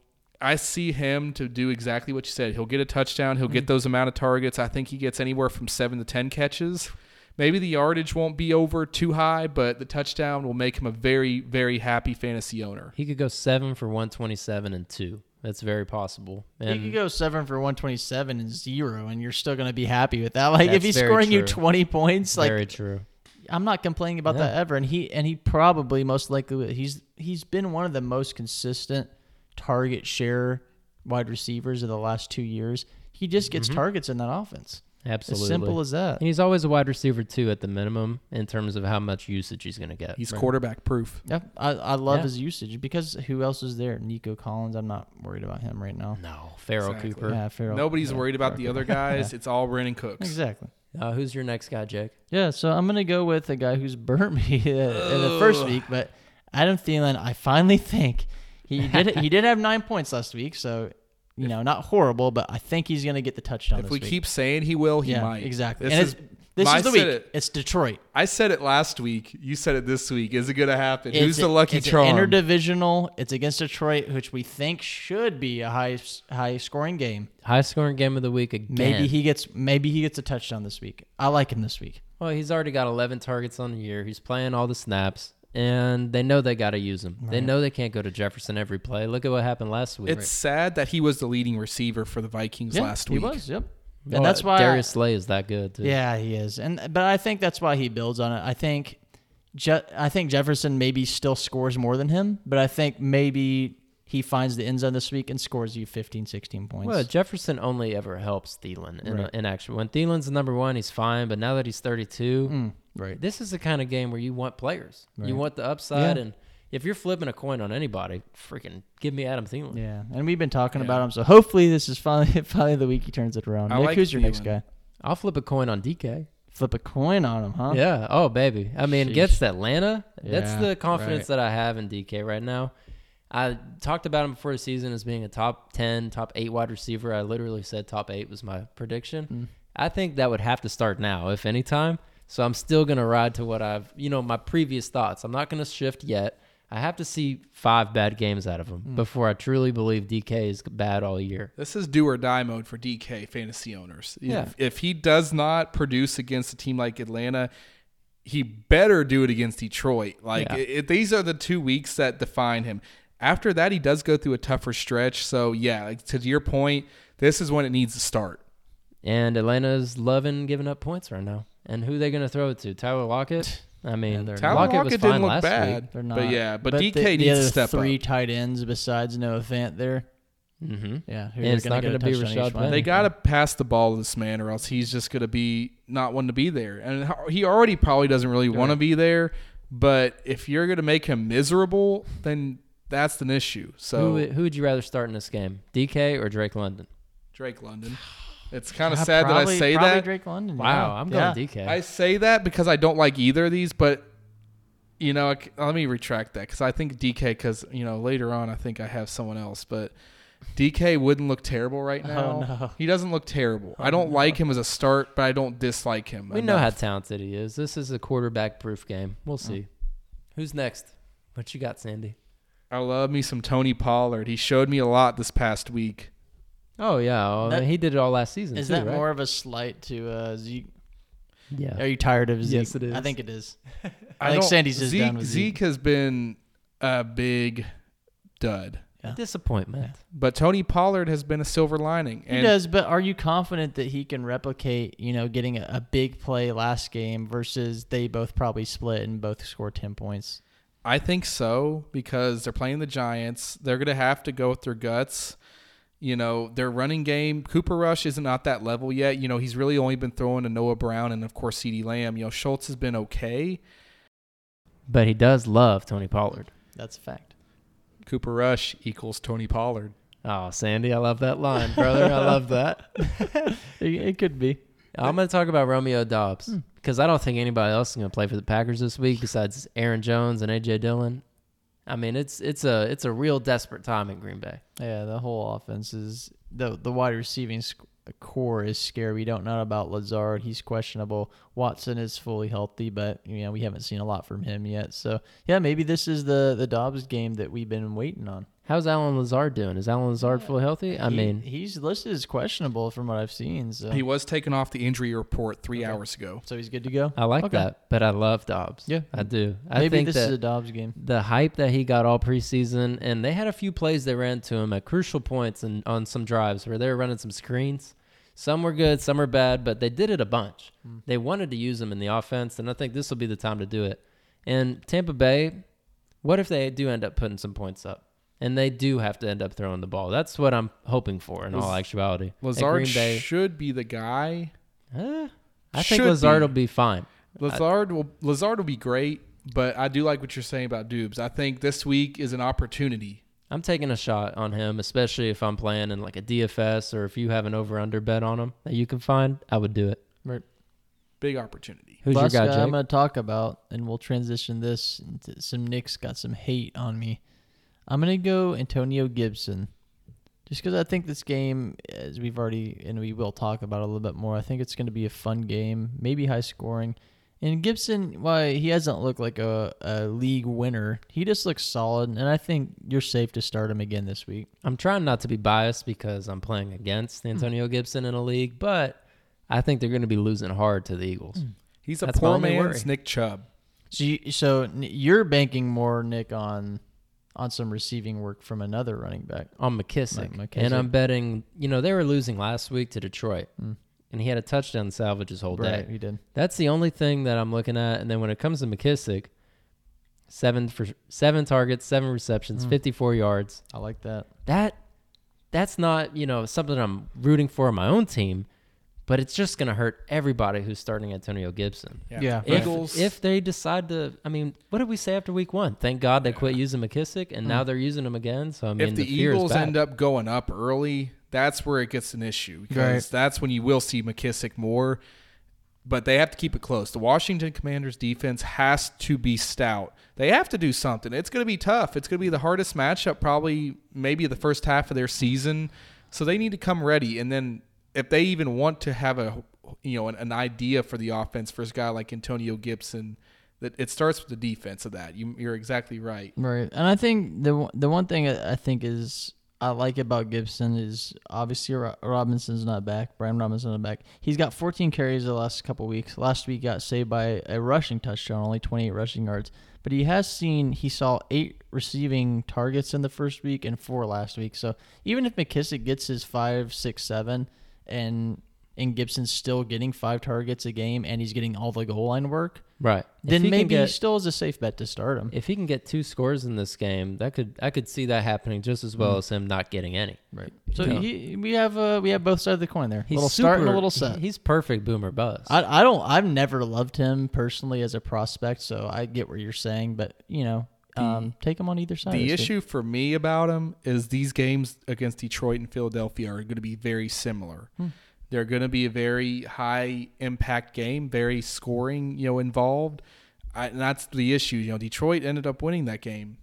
[SPEAKER 3] I see him to do exactly what you said. He'll get a touchdown, he'll get those amount of targets. I think he gets anywhere from 7 to 10 catches. Maybe the yardage won't be over too high, but the touchdown will make him a very, very happy fantasy owner.
[SPEAKER 1] He could go seven for 127 and two. That's very possible.
[SPEAKER 2] You could
[SPEAKER 1] And
[SPEAKER 2] go seven for one twenty seven and zero, and you're still gonna be happy with that. Like if
[SPEAKER 1] That's
[SPEAKER 2] he's
[SPEAKER 1] very
[SPEAKER 2] scoring you
[SPEAKER 1] true.
[SPEAKER 2] twenty points, like
[SPEAKER 1] very true.
[SPEAKER 2] I'm not complaining about that ever. And he and he probably most likely he's he's been one of the most consistent target share wide receivers of the last two years. He just gets targets in that offense.
[SPEAKER 1] Mm-hmm. Absolutely.
[SPEAKER 2] As simple as that.
[SPEAKER 1] And he's always a wide receiver too, at the minimum, in terms of how much usage he's going to get.
[SPEAKER 3] He's
[SPEAKER 1] Right.
[SPEAKER 3] quarterback proof.
[SPEAKER 2] Yeah, I, I love
[SPEAKER 1] Yeah.
[SPEAKER 2] his usage because who else is there? Nico Collins. I'm not worried about him right now.
[SPEAKER 1] No, Farrell
[SPEAKER 3] Exactly.
[SPEAKER 1] Cooper.
[SPEAKER 2] Yeah, Farrell.
[SPEAKER 3] Nobody's
[SPEAKER 2] yeah,
[SPEAKER 3] worried about the
[SPEAKER 2] Farrell
[SPEAKER 3] other
[SPEAKER 2] Cooper.
[SPEAKER 3] guys. It's all Brennan Cooks.
[SPEAKER 2] Exactly.
[SPEAKER 1] Uh, who's your next guy, Jake?
[SPEAKER 2] Yeah, so I'm gonna go with a guy who's burnt me in the first
[SPEAKER 3] Ugh.
[SPEAKER 2] week, but Adam Thielen. I finally think he did. he did have nine points last week, so you know, not horrible, but I think he's gonna get the touchdown.
[SPEAKER 3] If
[SPEAKER 2] this
[SPEAKER 3] we
[SPEAKER 2] week.
[SPEAKER 3] keep saying he will, he
[SPEAKER 2] yeah,
[SPEAKER 3] might.
[SPEAKER 2] exactly.
[SPEAKER 3] This
[SPEAKER 2] and
[SPEAKER 3] is-
[SPEAKER 2] it's, this
[SPEAKER 3] I
[SPEAKER 2] is the
[SPEAKER 3] said
[SPEAKER 2] week.
[SPEAKER 3] it.
[SPEAKER 2] It's Detroit.
[SPEAKER 3] I said it last week. You said it this week. Is it going to happen?
[SPEAKER 2] It's
[SPEAKER 3] Who's
[SPEAKER 2] a-
[SPEAKER 3] the lucky
[SPEAKER 2] it's
[SPEAKER 3] charm?
[SPEAKER 2] An interdivisional. It's against Detroit, which we think should be a high high scoring game.
[SPEAKER 1] High scoring game of the week again.
[SPEAKER 2] Maybe he gets maybe he gets a touchdown this week. I like him this week.
[SPEAKER 1] Well, he's already got 11 targets on the year. He's playing all the snaps, and they know they got to use him. They know they can't go to Jefferson every play. Look at what happened last week.
[SPEAKER 3] it's sad that he was the leading receiver for the Vikings last week.
[SPEAKER 2] he was. Yep. And
[SPEAKER 1] Well,
[SPEAKER 2] that's why
[SPEAKER 1] Darius Slay is that good. Too.
[SPEAKER 2] Yeah, he is, and but I think that's why he builds on it. I think, Je- I think Jefferson maybe still scores more than him, but I think maybe he finds the end zone this week and scores you 15, 16 points.
[SPEAKER 1] Well, Jefferson only ever helps Thielen in,
[SPEAKER 2] Right.
[SPEAKER 1] in action. When Thielen's the number one, he's fine. But now that he's 32,
[SPEAKER 2] right.
[SPEAKER 1] this is the kind of game where you want players.
[SPEAKER 2] Mm. Right.
[SPEAKER 1] You want the upside.
[SPEAKER 2] Yeah.
[SPEAKER 1] And if you're flipping a coin on anybody, freaking give me Adam Thielen.
[SPEAKER 2] Yeah, and we've been talking
[SPEAKER 3] Yeah.
[SPEAKER 2] about him, so hopefully this is finally finally the week he turns it around.
[SPEAKER 3] I
[SPEAKER 2] Nick,
[SPEAKER 3] like
[SPEAKER 2] who's your next
[SPEAKER 3] Thielen.
[SPEAKER 2] guy?
[SPEAKER 1] I'll flip a coin on DK.
[SPEAKER 2] Flip a coin on him, huh?
[SPEAKER 1] Yeah. Oh, baby. I mean,
[SPEAKER 2] Uh-huh. Sheesh.
[SPEAKER 1] gets Atlanta. That's
[SPEAKER 2] Yeah,
[SPEAKER 1] the confidence that I have in DK right now. I talked about him before the season as being a top 10, top eight wide receiver. I literally said top eight was my prediction.
[SPEAKER 2] Mm.
[SPEAKER 1] I think that would have to start now, if any time. So I'm still going to ride to what I've, you know, my previous thoughts. I'm not going to shift yet. I have to see five bad games out of him
[SPEAKER 2] Mm.
[SPEAKER 1] before I truly believe DK is bad all year.
[SPEAKER 3] This is do or die mode for DK fantasy owners. If,
[SPEAKER 1] Yeah.
[SPEAKER 3] if he does not produce against a team like Atlanta, he better do it against Detroit. Like
[SPEAKER 1] Yeah.
[SPEAKER 3] it, it- these are the two weeks that define him. After that, he does go through a tougher stretch. So yeah, like, to your point, this is when it needs to start.
[SPEAKER 1] And Atlanta's loving giving up points right now. And who they going to throw it to? Tyler Lockett? I mean,
[SPEAKER 2] they're-
[SPEAKER 1] Tyler
[SPEAKER 3] Tyler
[SPEAKER 1] Lockett,
[SPEAKER 3] Lockett,
[SPEAKER 1] was fine
[SPEAKER 3] didn't look
[SPEAKER 1] last
[SPEAKER 3] bad,
[SPEAKER 1] week.
[SPEAKER 2] They're not.
[SPEAKER 3] but yeah, but, DK
[SPEAKER 2] the,
[SPEAKER 3] needs
[SPEAKER 2] the other
[SPEAKER 3] to step
[SPEAKER 2] three
[SPEAKER 3] up.
[SPEAKER 2] tight ends besides Noah Fant there.
[SPEAKER 1] Mm-hmm.
[SPEAKER 2] Yeah, who
[SPEAKER 1] And
[SPEAKER 2] they're
[SPEAKER 1] it's
[SPEAKER 2] gonna
[SPEAKER 1] not
[SPEAKER 2] get
[SPEAKER 1] gonna
[SPEAKER 2] a
[SPEAKER 1] be
[SPEAKER 2] touchdown each
[SPEAKER 1] Rashad
[SPEAKER 2] one.
[SPEAKER 1] Penny.
[SPEAKER 3] They got to pass the ball to this man, or else he's just going to be not one to be there. And ho- he already probably doesn't really want to be there. But if you're going to make him miserable, then that's an issue.
[SPEAKER 1] Who,
[SPEAKER 3] So
[SPEAKER 1] would- who would you rather start in this game, DK or Drake London?
[SPEAKER 3] Drake London, it's kind of
[SPEAKER 2] Yeah,
[SPEAKER 3] sad that I
[SPEAKER 2] probably-
[SPEAKER 3] say
[SPEAKER 2] probably
[SPEAKER 3] that.
[SPEAKER 2] Drake London.
[SPEAKER 1] Wow, I'm going
[SPEAKER 2] yeah.
[SPEAKER 1] DK.
[SPEAKER 3] I say that because I don't like either of these. But you know, I c- let me retract that because I think DK. Because you know, later on, I think I have someone else, but. DK wouldn't look terrible right now.
[SPEAKER 2] Oh, no.
[SPEAKER 3] He doesn't look terrible. I don't like him as a start, but I don't dislike him.
[SPEAKER 1] we know
[SPEAKER 3] enough.
[SPEAKER 1] how talented he is. This is a quarterback-proof game. We'll see. Who's next? What you got, Sandy?
[SPEAKER 3] I love me some Tony Pollard. He showed me a lot this past week.
[SPEAKER 1] Oh yeah, well,
[SPEAKER 2] That-
[SPEAKER 1] he did it all last season.
[SPEAKER 2] Is
[SPEAKER 1] too,
[SPEAKER 2] that
[SPEAKER 1] right?
[SPEAKER 2] more of a slight to uh, Zeke?
[SPEAKER 1] Yeah.
[SPEAKER 2] Are you tired of Zeke?
[SPEAKER 1] Yes, it
[SPEAKER 2] I
[SPEAKER 1] is.
[SPEAKER 2] think it is. I think
[SPEAKER 3] don't-
[SPEAKER 2] Sandy's just
[SPEAKER 3] Zeke,
[SPEAKER 2] done with Zeke.
[SPEAKER 3] Zeke has been a big dud,
[SPEAKER 1] Disappointment.
[SPEAKER 3] but Tony Pollard has been a silver lining.
[SPEAKER 2] He
[SPEAKER 3] And
[SPEAKER 2] does, but are you confident that he can replicate, you know, getting a, a big play last game versus they both probably split and both score 10 points?
[SPEAKER 3] I think so because they're playing the Giants. They're going to have to go with their guts. You know, their running game, Cooper Rush isn't at that level yet. You know, he's really only been throwing to Noah Brown and, of course, CeeDee Lamb. You know, Schultz has been okay.
[SPEAKER 1] But he does love Tony Pollard.
[SPEAKER 2] That's a fact.
[SPEAKER 3] Cooper Rush equals Tony Pollard.
[SPEAKER 1] Oh, Sandy, I love that line, brother. I love that.
[SPEAKER 2] It, it could be.
[SPEAKER 1] I'm going to talk about Romeo Dobbs
[SPEAKER 2] Hmm.
[SPEAKER 1] because I don't think anybody else is going to play for the Packers this week besides Aaron Jones and AJ Dillon. I mean, it's it's a it's a real desperate time in Green Bay.
[SPEAKER 2] Yeah, the whole offense is the the wide receiving sc- core is scary. We don't know about Lazard; he's questionable. Watson is fully healthy, but you know we haven't seen a lot from him yet. So yeah, maybe this is the the Dobbs game that we've been waiting on.
[SPEAKER 1] How's Alan Lazard doing? Is Alan Lazard fully healthy? I
[SPEAKER 2] He-
[SPEAKER 1] mean,
[SPEAKER 2] he's listed as questionable from what I've seen, so
[SPEAKER 3] He was taken off the injury report three hours ago.
[SPEAKER 2] so he's good to go.
[SPEAKER 1] I like
[SPEAKER 2] Okay.
[SPEAKER 1] that, but I love Dobbs.
[SPEAKER 2] Yeah.
[SPEAKER 1] I do. I
[SPEAKER 2] Maybe
[SPEAKER 1] think
[SPEAKER 2] this
[SPEAKER 1] that
[SPEAKER 2] is a Dobbs game.
[SPEAKER 1] the hype that he got all preseason, and they had a few plays they ran to him at crucial points and on some drives where they were running some screens. Some were good, some were bad, but they did it a bunch.
[SPEAKER 3] Hmm.
[SPEAKER 1] They wanted to use him in the offense, and I think this will be the time to do it. And Tampa Bay, what if they do end up putting some points up? And they do have to end up throwing the ball. That's what I'm hoping for in all actuality. At
[SPEAKER 3] Lazard
[SPEAKER 1] Green Bay,
[SPEAKER 3] should be the guy,
[SPEAKER 1] Eh, I think
[SPEAKER 3] Should
[SPEAKER 1] Lazard
[SPEAKER 3] be.
[SPEAKER 1] will be fine.
[SPEAKER 3] Lazard will Lazard will be great, but I do like what you're saying about Dubes. I think this week is an opportunity.
[SPEAKER 1] I'm taking a shot on him, especially if I'm playing in like a DFS or if you have an over under bet on him that you can find. I would do it.
[SPEAKER 3] Big opportunity.
[SPEAKER 1] Who's
[SPEAKER 2] Last
[SPEAKER 1] your guy,
[SPEAKER 2] guy
[SPEAKER 1] Jake?
[SPEAKER 2] uh, I'm going to talk about, and we'll transition this. Into some Knicks got some hate on me. I'm going to go Antonio Gibson, just because I think this game, as we've already and we will talk about it a little bit more. I think it's going to be a fun game, maybe high scoring. And Gibson, why he hasn't looked like a, a league winner. He just looks solid, and I think you're safe to start him again this week.
[SPEAKER 1] I'm trying not to be biased because I'm playing against
[SPEAKER 2] Hmm.
[SPEAKER 1] Antonio Gibson in a league, but I think they're going to be losing hard to the Eagles.
[SPEAKER 2] Hmm.
[SPEAKER 3] He's a
[SPEAKER 1] That's my
[SPEAKER 3] poor
[SPEAKER 1] only
[SPEAKER 3] man's
[SPEAKER 1] worry.
[SPEAKER 3] Nick Chubb.
[SPEAKER 2] So, you, so n- you're banking more, Nick, on on some receiving work from another running back.
[SPEAKER 1] on McKissick.
[SPEAKER 2] Mike McKissick. Hmm.
[SPEAKER 1] And I'm betting, you know, they were losing last week to Detroit. And he had a touchdown salvage his whole
[SPEAKER 2] Right,
[SPEAKER 1] day.
[SPEAKER 2] he did.
[SPEAKER 1] That's the only thing that I'm looking at. And then when it comes to McKissick, seven for seven targets, seven receptions,
[SPEAKER 2] Hmm.
[SPEAKER 1] 54 yards.
[SPEAKER 2] I like that.
[SPEAKER 1] That that's not, you know, something I'm rooting for on my own team, but it's just going to hurt everybody who's starting Antonio Gibson.
[SPEAKER 2] Yeah.
[SPEAKER 1] If,
[SPEAKER 3] Eagles.
[SPEAKER 1] if they decide to, I mean, what did we say after week one? Thank God they quit using McKissick, and now they're using him again. So I mean,
[SPEAKER 3] if the,
[SPEAKER 1] fear
[SPEAKER 3] Eagles
[SPEAKER 1] is back.
[SPEAKER 3] end up going up early, that's where it gets an issue because
[SPEAKER 2] Right.
[SPEAKER 3] that's when you will see McKissick more. But they have to keep it close. The Washington Commanders defense has to be stout. They have to do something. It's going to be tough. It's going to be the hardest matchup probably maybe the first half of their season. So they need to come ready. And then if they even want to have a you know an, an idea for the offense for a guy like Antonio Gibson, that it starts with the defense of that. You, you're exactly right.
[SPEAKER 2] Right, and I think the one- the one thing I I think is I like about Gibson is obviously Ro- Robinson's not back. Brian Robinson's not back. He's got 14 carries the last couple weeks. Last week got saved by a rushing touchdown, only 28 rushing yards. But he has seen he saw eight receiving targets in the first week and four last week. So even if McKissick gets his five, six, seven, and and Gibson's still getting five targets a game and he's getting all the goal line work,
[SPEAKER 1] Right. If
[SPEAKER 2] then
[SPEAKER 1] he can
[SPEAKER 2] maybe he
[SPEAKER 1] get-
[SPEAKER 2] still is a safe bet to start him.
[SPEAKER 1] if he can get two scores in this game, that could I could see that happening just as well as him not getting any.
[SPEAKER 2] Right. So
[SPEAKER 1] Yeah.
[SPEAKER 2] he, we have uh, we have both sides of the coin there. A little start and a
[SPEAKER 1] super-
[SPEAKER 2] little set.
[SPEAKER 1] He's perfect boomer buzz.
[SPEAKER 2] I, I don't I've never loved him personally as a prospect, so I get what you're saying, but you know, um, take him on either side.
[SPEAKER 3] The
[SPEAKER 2] this week.
[SPEAKER 3] issue for me about him is these games against Detroit and Philadelphia are going to be very similar.
[SPEAKER 1] Hmm.
[SPEAKER 3] They're going to be a very high impact game, very scoring, you know, involved. I, and that's the issue. You know, Detroit ended up winning that game,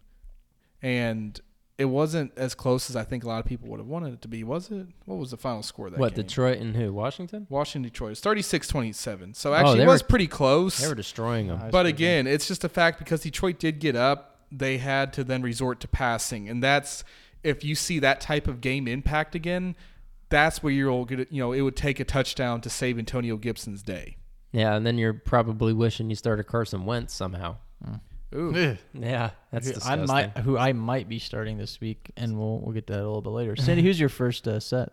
[SPEAKER 3] and it wasn't as close as I think a lot of people would have wanted it to be. Was it? What was the final score of that
[SPEAKER 1] what
[SPEAKER 3] game?
[SPEAKER 1] Detroit and who Washington?
[SPEAKER 3] Washington Detroit it was 36-27. So
[SPEAKER 1] Oh,
[SPEAKER 3] actually,
[SPEAKER 1] they
[SPEAKER 3] it was
[SPEAKER 1] were-
[SPEAKER 3] pretty close.
[SPEAKER 1] They were destroying him.
[SPEAKER 3] But again, it's just a fact because Detroit did get up, they had to then resort to passing, and that's if you see that type of game impact again, that's where you'll get. You know, it would take a touchdown to save Antonio Gibson's day.
[SPEAKER 1] Yeah, and then you're probably wishing you started Carson Wentz somehow.
[SPEAKER 3] Ooh,
[SPEAKER 1] Yeah, that's
[SPEAKER 2] Who I
[SPEAKER 1] disgusting.
[SPEAKER 2] might who I might be starting this week and we'll we'll get to that a little bit later. Sandy, who's your first uh, set?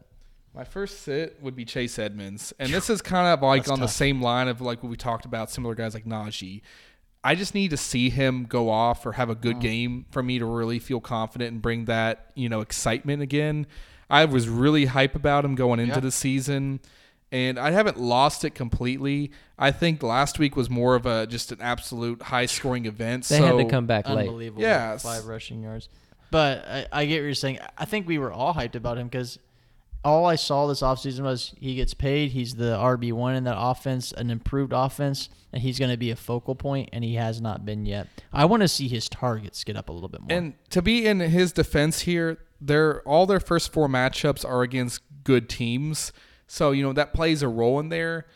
[SPEAKER 3] my first sit would be Chase Edmonds, and this is kind of like
[SPEAKER 2] That's
[SPEAKER 3] on the
[SPEAKER 2] tough.
[SPEAKER 3] same line of like what we talked about, similar guys like Najee. I just need to see him go off or have a
[SPEAKER 1] Mm.
[SPEAKER 3] good game for me to really feel confident and bring that, you know, excitement again. I was really hype about him going into the season and I haven't lost it completely. I think last week was more of a just an absolute high scoring event.
[SPEAKER 1] They
[SPEAKER 3] so
[SPEAKER 1] had to come back late.
[SPEAKER 2] Unbelievable.
[SPEAKER 3] Yes.
[SPEAKER 2] Five rushing yards. But I, I get what you're saying. I think we were all hyped about him because all I saw this offseason was he gets paid. He's the RB1 in that offense, an improved offense, and he's going to be a focal point, and he has not been yet. I want to see his targets get up a little bit more.
[SPEAKER 3] And to be in his defense here, their all their first four matchups are against good teams. So, you know, that plays a role in there.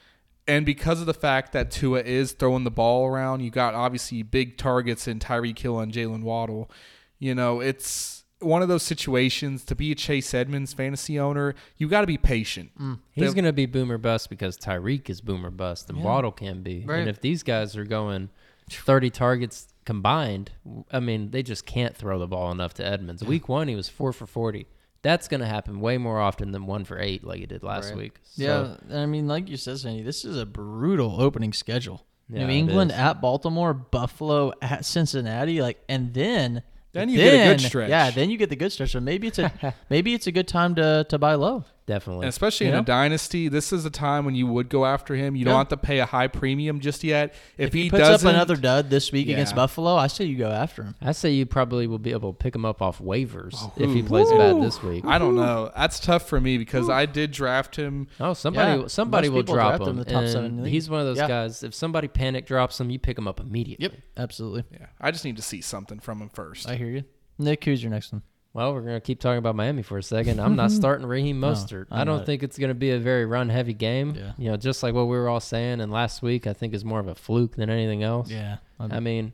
[SPEAKER 3] And because of the fact that Tua is throwing the ball around, you got obviously big targets in Tyreek Hill and Jalen Waddle. You know, it's one of those situations to be a Chase Edmonds fantasy owner, you got to be patient.
[SPEAKER 2] Mm.
[SPEAKER 1] He's going to be boomer bust because Tyreek is boomer bust and Waddle can be.
[SPEAKER 2] Right.
[SPEAKER 1] And if these guys are going 30 targets combined, I mean, they just can't throw the ball enough to Edmonds. Week one, he was four for 40. That's going to happen way more often than one for eight like he did last
[SPEAKER 2] Right.
[SPEAKER 1] week. So,
[SPEAKER 2] yeah, and I mean, like you said, Sandy, this is a brutal opening schedule.
[SPEAKER 1] Yeah,
[SPEAKER 2] New
[SPEAKER 1] it
[SPEAKER 2] England
[SPEAKER 1] is.
[SPEAKER 2] at Baltimore, Buffalo at Cincinnati, like, and then
[SPEAKER 3] Then you get a good
[SPEAKER 2] then-
[SPEAKER 3] stretch.
[SPEAKER 2] Yeah, then you get the good stretch. So maybe it's a maybe it's a good time to to buy low.
[SPEAKER 1] Definitely.
[SPEAKER 3] And especially in
[SPEAKER 2] Yeah.
[SPEAKER 3] a dynasty, this is a time when you would go after him. You
[SPEAKER 2] Yeah.
[SPEAKER 3] don't have to pay a high premium just yet. If,
[SPEAKER 2] If he, puts up
[SPEAKER 3] doesn't,
[SPEAKER 2] another dud this week against
[SPEAKER 3] Yeah.
[SPEAKER 2] Buffalo, I say you go after him.
[SPEAKER 1] I say you probably will be able to pick him up off waivers
[SPEAKER 2] Oh,
[SPEAKER 1] if he
[SPEAKER 3] Ooh.
[SPEAKER 1] plays bad this week.
[SPEAKER 3] I don't know. That's tough for me because I did draft him.
[SPEAKER 1] Oh, somebody
[SPEAKER 2] Yeah,
[SPEAKER 1] somebody
[SPEAKER 2] most
[SPEAKER 1] will
[SPEAKER 2] people
[SPEAKER 1] drop
[SPEAKER 2] draft
[SPEAKER 1] him.
[SPEAKER 2] him in the top
[SPEAKER 1] and
[SPEAKER 2] seven league.
[SPEAKER 1] he's one of those
[SPEAKER 2] Yeah.
[SPEAKER 1] guys. If somebody panic drops him, you pick him up immediately.
[SPEAKER 2] Absolutely.
[SPEAKER 3] Yeah, I just need to see something from him first.
[SPEAKER 2] I hear you. Nick, who's your next one?
[SPEAKER 1] Well, we're gonna keep talking about Miami for a second. I'm not starting Raheem Mostert. I
[SPEAKER 2] I'm
[SPEAKER 1] don't
[SPEAKER 2] not.
[SPEAKER 1] think it's gonna be a very run heavy game.
[SPEAKER 2] Yeah.
[SPEAKER 1] You know, just like what we were all saying, and last week I think is more of a fluke than anything else.
[SPEAKER 2] Yeah.
[SPEAKER 1] I mean,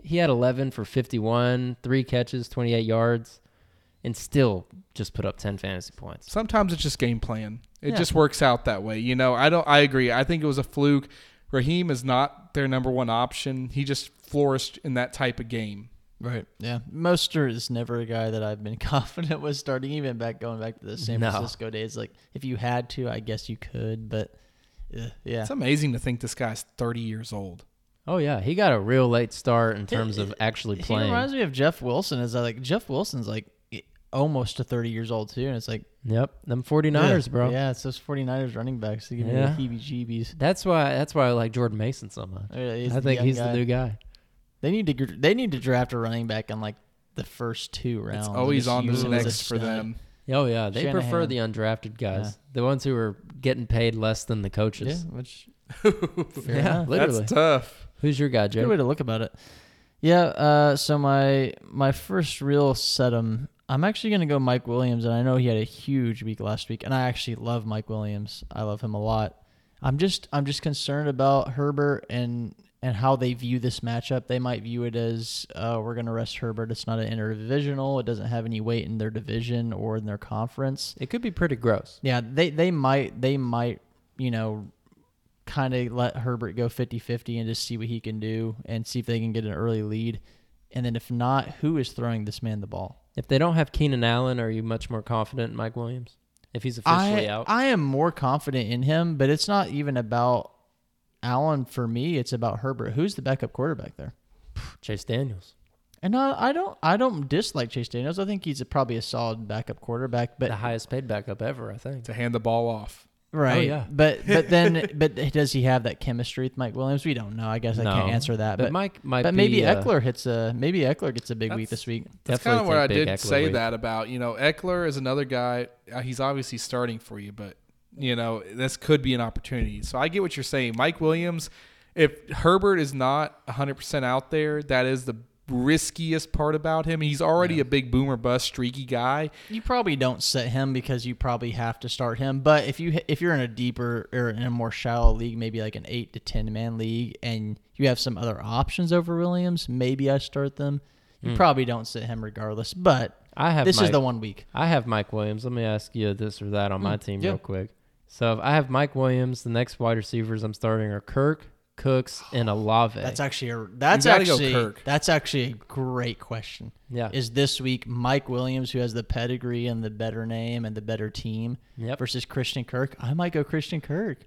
[SPEAKER 1] he had 11 for 51, three catches, 28 yards, and still just put up 10 fantasy points.
[SPEAKER 3] Sometimes it's just game plan. It
[SPEAKER 1] Yeah.
[SPEAKER 3] just works out that way. You know, I don't. I agree. I think it was a fluke. Raheem is not their number one option. He just flourished in that type of game.
[SPEAKER 2] Right. Yeah. Mostert is never a guy that I've been confident with starting, even back going back to the San
[SPEAKER 1] No.
[SPEAKER 2] Francisco days. Like, if you had to, I guess you could, but uh, yeah.
[SPEAKER 3] It's amazing to think this guy's 30 years old.
[SPEAKER 1] Oh yeah, he got a real late start in terms of actually
[SPEAKER 2] He
[SPEAKER 1] playing.
[SPEAKER 2] reminds me of Jeff Wilson. Is that like Jeff Wilson's like almost to 30 years old, too. And it's like,
[SPEAKER 1] Yep, them 49ers, bro.
[SPEAKER 2] Yeah, it's those 49ers running backs that give
[SPEAKER 1] Yeah.
[SPEAKER 2] me the heebie jeebies. Uh,
[SPEAKER 1] That's why that's why I like Jordan Mason so much. I think he's the new guy.
[SPEAKER 2] They need to gr- they need to draft a running back in like the first two rounds.
[SPEAKER 3] It's
[SPEAKER 2] and
[SPEAKER 3] always
[SPEAKER 2] just
[SPEAKER 3] on
[SPEAKER 2] use
[SPEAKER 3] the
[SPEAKER 2] him as a
[SPEAKER 3] next for
[SPEAKER 2] stud.
[SPEAKER 3] them.
[SPEAKER 1] Oh yeah, they prefer
[SPEAKER 2] Shanahan.
[SPEAKER 1] the undrafted guys, the ones who are getting paid less than the
[SPEAKER 2] Yeah,
[SPEAKER 1] coaches.
[SPEAKER 2] which
[SPEAKER 1] Yeah,
[SPEAKER 2] fair enough.
[SPEAKER 1] literally.
[SPEAKER 3] That's tough.
[SPEAKER 1] Who's your guy,
[SPEAKER 2] Good way
[SPEAKER 1] Joe?
[SPEAKER 2] to look about it. Yeah. Uh, so my my first real setum, I'm actually gonna go Mike Williams, and I know he had a huge week last week, and I actually love Mike Williams. I love him a lot. I'm just I'm just concerned about Herbert and and how they view this matchup. They might view it as uh, we're gonna rest Herbert. It's not an interdivisional. It doesn't have any weight in their division or in their conference.
[SPEAKER 1] It could be pretty gross.
[SPEAKER 2] Yeah, they they might they might, you know, kind of let Herbert go 50-50 and just see what he can do and see if they can get an early lead. And then if not, who is throwing this man the ball?
[SPEAKER 1] If they don't have Keenan Allen, are you much more confident in Mike Williams? If he's officially
[SPEAKER 2] I
[SPEAKER 1] out,
[SPEAKER 2] I am more confident in him, but it's not even about Allen for me, it's about Herbert. Who's the backup quarterback there?
[SPEAKER 1] Chase Daniels.
[SPEAKER 2] And I, I don't I don't dislike Chase Daniels. I think he's a, probably a solid backup quarterback, but
[SPEAKER 1] the highest paid backup ever, I think.
[SPEAKER 3] To hand the ball off.
[SPEAKER 2] Right.
[SPEAKER 1] yeah.
[SPEAKER 2] But but then but does he have that chemistry with Mike Williams? We don't know. I guess I can't
[SPEAKER 1] No.
[SPEAKER 2] answer that.
[SPEAKER 1] But
[SPEAKER 2] But,
[SPEAKER 1] Mike might
[SPEAKER 2] But maybe
[SPEAKER 1] be, uh,
[SPEAKER 2] Eckler hits a maybe Eckler gets a big week
[SPEAKER 3] That's-
[SPEAKER 2] this week.
[SPEAKER 3] That's kind
[SPEAKER 1] Definitely
[SPEAKER 3] of what I
[SPEAKER 1] take Big
[SPEAKER 3] did
[SPEAKER 1] Eckler
[SPEAKER 3] say
[SPEAKER 1] week.
[SPEAKER 3] that about. You know, Eckler is another guy. uh, He's obviously starting for you, but you know this could be an opportunity. So I get what you're saying, Mike Williams. If Herbert is not 100 percent out there, that is the riskiest part about him. He's already a big boomer bust streaky guy.
[SPEAKER 2] You probably don't set him because you probably have to start him. But if you if you're in a deeper or in a more shallow league, maybe like an eight to ten man league, and you have some other options over Williams, maybe I start them. You
[SPEAKER 1] Hmm.
[SPEAKER 2] probably don't sit him regardless. But
[SPEAKER 1] I have
[SPEAKER 2] this
[SPEAKER 1] Mike,
[SPEAKER 2] is the one week.
[SPEAKER 1] I have Mike Williams. Let me ask you this or that on my team
[SPEAKER 2] yeah.
[SPEAKER 1] real quick. So if I have Mike Williams. The next wide receivers I'm starting are Kirk, Cooks, and Alave.
[SPEAKER 2] Oh, That's actually a that's
[SPEAKER 3] You gotta go
[SPEAKER 2] actually
[SPEAKER 3] Kirk.
[SPEAKER 2] that's actually a great question.
[SPEAKER 1] Yeah.
[SPEAKER 2] is this week Mike Williams, who has the pedigree and the better name and the better team,
[SPEAKER 1] Yep.
[SPEAKER 2] versus Christian Kirk. I might go Christian Kirk.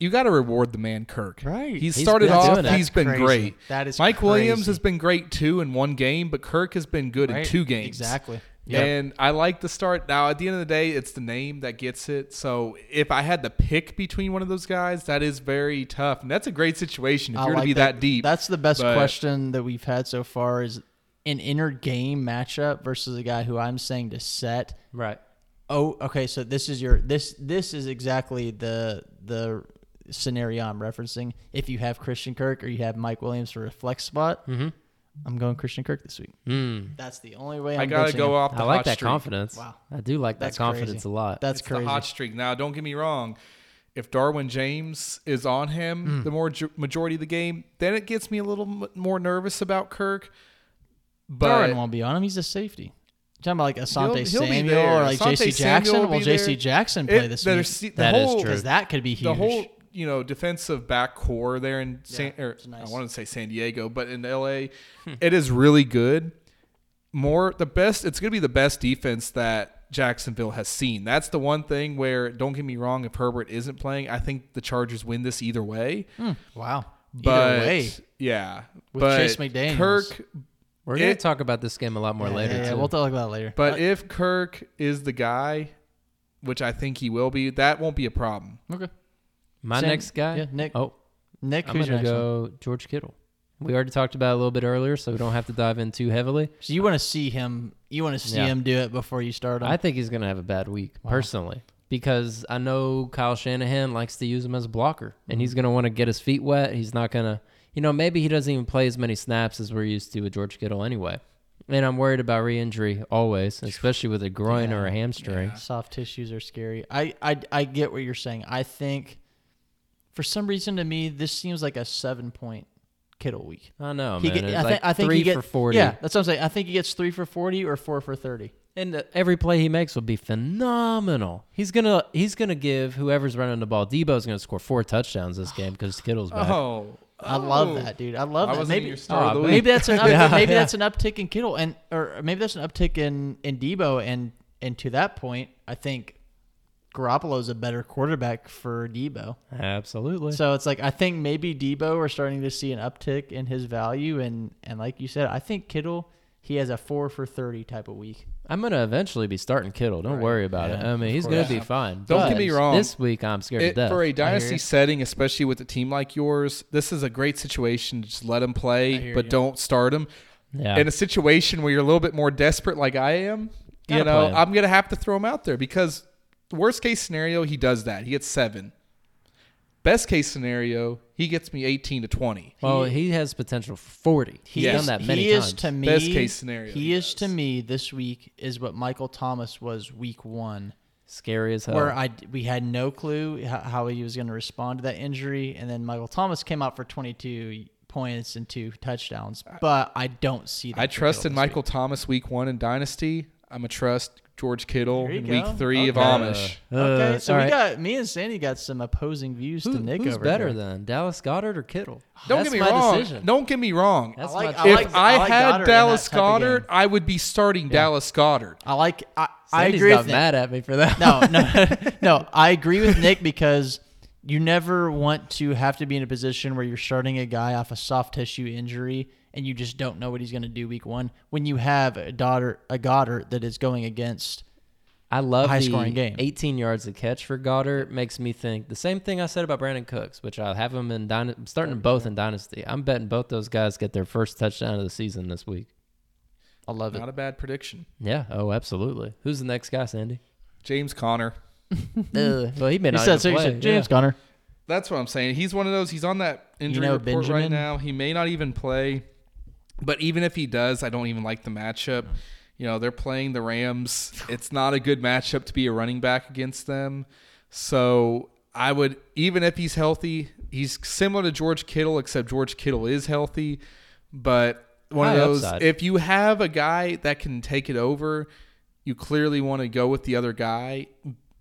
[SPEAKER 3] You got to reward the man, Kirk.
[SPEAKER 2] Right.
[SPEAKER 3] He's
[SPEAKER 1] He's
[SPEAKER 3] started
[SPEAKER 1] been
[SPEAKER 3] off.
[SPEAKER 1] doing it.
[SPEAKER 2] That's
[SPEAKER 3] He's been
[SPEAKER 2] crazy.
[SPEAKER 3] great.
[SPEAKER 2] That is
[SPEAKER 3] Mike Williams
[SPEAKER 2] crazy.
[SPEAKER 3] has been great too in one game, but Kirk has been good in
[SPEAKER 2] Right.
[SPEAKER 3] two games.
[SPEAKER 2] Exactly.
[SPEAKER 3] And I like the start. Now, at the end of the day, it's the name that gets it. So if I had to pick between one of those guys, that is very tough. And that's a great situation if
[SPEAKER 2] I
[SPEAKER 3] you're
[SPEAKER 2] like
[SPEAKER 3] to be that, deep.
[SPEAKER 2] That's the best
[SPEAKER 3] But-
[SPEAKER 2] question that we've had so far is an inner game matchup versus a guy who I'm saying to set.
[SPEAKER 1] right.
[SPEAKER 2] Oh, okay. So this is your this this is exactly the the scenario I'm referencing. If you have Christian Kirk or you have Mike Williams for a flex spot,
[SPEAKER 3] Mm-hmm.
[SPEAKER 2] I'm going Christian Kirk this week.
[SPEAKER 1] Mm.
[SPEAKER 2] That's the only way I'm
[SPEAKER 3] I got to
[SPEAKER 2] benching
[SPEAKER 3] go
[SPEAKER 2] him.
[SPEAKER 3] off the
[SPEAKER 1] I like
[SPEAKER 3] hot
[SPEAKER 1] that
[SPEAKER 3] streak.
[SPEAKER 1] confidence.
[SPEAKER 2] Wow.
[SPEAKER 1] I do like
[SPEAKER 2] That's
[SPEAKER 1] that confidence
[SPEAKER 2] crazy.
[SPEAKER 1] a lot.
[SPEAKER 2] That's
[SPEAKER 3] it's
[SPEAKER 2] crazy.
[SPEAKER 3] the hot streak. Now, don't get me wrong. If Darwin James is on
[SPEAKER 2] Hmm.
[SPEAKER 3] him the more majority of the game, then it gets me a little m- more nervous about Kirk. But
[SPEAKER 2] Darwin won't be on him. He's a safety. You talking about like Asante
[SPEAKER 3] He'll- he'll be
[SPEAKER 2] Samuel
[SPEAKER 3] there.
[SPEAKER 2] or like
[SPEAKER 3] Asante
[SPEAKER 2] JC
[SPEAKER 3] Samuel
[SPEAKER 2] Jackson?
[SPEAKER 3] will
[SPEAKER 2] Will
[SPEAKER 3] be
[SPEAKER 2] JC
[SPEAKER 3] there.
[SPEAKER 2] Jackson
[SPEAKER 3] It-
[SPEAKER 2] play this
[SPEAKER 3] their
[SPEAKER 2] week?
[SPEAKER 3] se- the
[SPEAKER 1] That is
[SPEAKER 3] whole-
[SPEAKER 1] true.
[SPEAKER 2] Because that could be huge.
[SPEAKER 3] The whole you know defensive back core there in San, or,
[SPEAKER 2] it's nice. Hmm.
[SPEAKER 3] I wanted to say San Diego, but in L.A., it is really good. More the best. It's going to be the best defense that Jacksonville has seen. That's the one thing where don't get me wrong. If Herbert isn't playing, I think the Chargers win this either way.
[SPEAKER 2] wow.
[SPEAKER 3] But
[SPEAKER 2] Hmm. Either way.
[SPEAKER 3] yeah,
[SPEAKER 2] With
[SPEAKER 3] but
[SPEAKER 2] Chase McDaniels.
[SPEAKER 3] Kirk.
[SPEAKER 1] We're gonna
[SPEAKER 3] It-
[SPEAKER 1] talk about this game a lot more
[SPEAKER 2] Yeah,
[SPEAKER 1] later
[SPEAKER 2] yeah, yeah,
[SPEAKER 1] too.
[SPEAKER 2] we'll talk about it later.
[SPEAKER 3] But if Kirk is the guy, which I think he will be, that won't be a problem.
[SPEAKER 2] Okay.
[SPEAKER 1] My
[SPEAKER 2] Sam-
[SPEAKER 1] next guy.
[SPEAKER 2] Yeah, Nick.
[SPEAKER 1] Oh,
[SPEAKER 2] Nick,
[SPEAKER 1] I'm
[SPEAKER 2] who's your
[SPEAKER 1] gonna
[SPEAKER 2] next one?
[SPEAKER 1] go George Kittle. We already talked about it a little bit earlier, so we don't have to dive in too heavily.
[SPEAKER 2] So you want to see him? You want to see
[SPEAKER 1] Yeah.
[SPEAKER 2] him do it before you start him?
[SPEAKER 1] I think he's gonna have a bad week personally because I know Kyle Shanahan likes to use him as a blocker, and he's gonna want to get his feet wet. He's not gonna, you know, maybe he doesn't even play as many snaps as we're used to with George Kittle anyway. And I'm worried about re-injury always, especially with a groin or a hamstring.
[SPEAKER 2] Soft tissues are scary. I, I I get what you're saying. I think for some reason to me this seems like a seven point Kittle week.
[SPEAKER 1] I know,
[SPEAKER 2] He
[SPEAKER 1] Oh, man.
[SPEAKER 2] get-
[SPEAKER 1] It's
[SPEAKER 2] I,
[SPEAKER 1] like
[SPEAKER 2] think, I think
[SPEAKER 1] three
[SPEAKER 2] he get,
[SPEAKER 1] for forty.
[SPEAKER 2] Yeah, that's what I'm saying. I think he gets three for forty or four for thirty.
[SPEAKER 1] And uh, every play he makes will be phenomenal. He's gonna he's gonna give whoever's running the ball. Debo's gonna score four touchdowns this game because Kittle's back.
[SPEAKER 3] Oh,
[SPEAKER 2] I love that, dude. I love
[SPEAKER 3] I
[SPEAKER 2] that.
[SPEAKER 3] wasn't
[SPEAKER 2] Maybe
[SPEAKER 3] your star
[SPEAKER 1] Oh,
[SPEAKER 3] of the
[SPEAKER 1] I
[SPEAKER 3] week.
[SPEAKER 2] maybe that's an up,
[SPEAKER 1] Yeah.
[SPEAKER 2] maybe
[SPEAKER 1] Yeah.
[SPEAKER 2] that's an uptick in Kittle and or maybe that's an uptick in in Debo and and to that point, I think Garoppolo's a better quarterback for Debo.
[SPEAKER 1] Absolutely.
[SPEAKER 2] So it's like I think maybe Debo we're starting to see an uptick in his value, and and like you said, I think Kittle he has a four for thirty type of week.
[SPEAKER 1] I'm gonna eventually be starting Kittle. Don't worry about it.
[SPEAKER 2] Yeah,
[SPEAKER 1] I mean, he's gonna
[SPEAKER 3] course.
[SPEAKER 1] be fine.
[SPEAKER 3] Don't get
[SPEAKER 1] But
[SPEAKER 3] me wrong.
[SPEAKER 1] This week I'm scared
[SPEAKER 3] It-
[SPEAKER 1] to death.
[SPEAKER 3] for a
[SPEAKER 2] you.
[SPEAKER 3] dynasty setting, especially with a team like yours, this is a great situation to just let him play,
[SPEAKER 2] hear
[SPEAKER 3] but
[SPEAKER 2] you.
[SPEAKER 3] don't start him.
[SPEAKER 1] yeah.
[SPEAKER 3] In a situation where you're a little bit more desperate, like I am,
[SPEAKER 1] Gotta
[SPEAKER 3] you know,
[SPEAKER 1] play him.
[SPEAKER 3] I'm gonna have to throw him out there because worst case scenario, he does that. He gets seven. Best case scenario, he gets me 18 to 20.
[SPEAKER 1] well, he has potential for 40. He's
[SPEAKER 3] Yes.
[SPEAKER 1] done that many
[SPEAKER 2] he
[SPEAKER 1] times.
[SPEAKER 2] is to me
[SPEAKER 3] Best case scenario,
[SPEAKER 2] He,
[SPEAKER 3] he
[SPEAKER 2] is to
[SPEAKER 3] does.
[SPEAKER 2] me this week is what Michael Thomas was week one,
[SPEAKER 1] Scary as hell.
[SPEAKER 2] where I we had no clue how, how he was going to respond to that injury, and then Michael Thomas came out for twenty two points and two touchdowns. But I don't see that.
[SPEAKER 3] I
[SPEAKER 2] for
[SPEAKER 3] trusted
[SPEAKER 2] Kittle this
[SPEAKER 3] Michael Thomas week one in Dynasty. I'm a trust George Kittle
[SPEAKER 2] There you
[SPEAKER 3] in
[SPEAKER 2] go.
[SPEAKER 3] week three of
[SPEAKER 2] Okay.
[SPEAKER 1] Uh,
[SPEAKER 3] Amish.
[SPEAKER 2] week. Okay,
[SPEAKER 1] uh,
[SPEAKER 2] so
[SPEAKER 1] all
[SPEAKER 2] we
[SPEAKER 1] right.
[SPEAKER 2] got me and Sandy got some opposing views
[SPEAKER 1] Who-
[SPEAKER 2] to Nick
[SPEAKER 1] who's
[SPEAKER 2] over
[SPEAKER 1] better
[SPEAKER 2] here.
[SPEAKER 1] than Dallas Goddard or Kittle?
[SPEAKER 3] Don't
[SPEAKER 1] That's
[SPEAKER 3] get me
[SPEAKER 1] my
[SPEAKER 3] wrong.
[SPEAKER 1] Decision.
[SPEAKER 3] Don't get me wrong.
[SPEAKER 1] That's
[SPEAKER 2] I like-
[SPEAKER 1] my
[SPEAKER 2] I
[SPEAKER 1] choice.
[SPEAKER 2] like-
[SPEAKER 3] if I,
[SPEAKER 2] like
[SPEAKER 3] had
[SPEAKER 2] Goddard in
[SPEAKER 3] Dallas
[SPEAKER 2] that type of game.
[SPEAKER 3] Goddard, I would be starting Dallas Goddard.
[SPEAKER 2] I like. I, I
[SPEAKER 1] Sandy's
[SPEAKER 2] agree
[SPEAKER 1] not
[SPEAKER 2] with Nick.
[SPEAKER 1] mad at me for that.
[SPEAKER 2] No, no, no. I agree with Nick because you never want to have to be in a position where you're starting a guy off a soft tissue injury and you just don't know what he's going to do week one when you have a daughter, a Goddard that is going against.
[SPEAKER 1] I love
[SPEAKER 2] high
[SPEAKER 1] the
[SPEAKER 2] scoring game.
[SPEAKER 1] 18 yards a catch for Goddard makes me think the same thing I said about Brandon Cooks, which I have him in. Dyna- I'm starting both in Dynasty. I'm betting both those guys get their first touchdown of the season this week.
[SPEAKER 2] I love it.
[SPEAKER 3] Not a bad prediction.
[SPEAKER 1] Yeah. Oh, absolutely. Who's the next guy, Sandy?
[SPEAKER 3] James Conner.
[SPEAKER 1] Ugh. well, he may
[SPEAKER 2] He
[SPEAKER 1] not.
[SPEAKER 2] said,
[SPEAKER 1] even
[SPEAKER 2] so he
[SPEAKER 1] play.
[SPEAKER 2] said, James Conner.
[SPEAKER 3] That's what I'm saying. He's one of those. He's on that injury
[SPEAKER 2] know
[SPEAKER 3] report
[SPEAKER 2] Benjamin?
[SPEAKER 3] right now. He may not even play. But even if he does, I don't even like the matchup. You know, they're playing the Rams. It's not a good matchup to be a running back against them. So I would, even if he's healthy, he's similar to George Kittle, except George Kittle is healthy. But one
[SPEAKER 1] High
[SPEAKER 3] of those,
[SPEAKER 1] upside.
[SPEAKER 3] if you have a guy that can take it over, you clearly want to go with the other guy.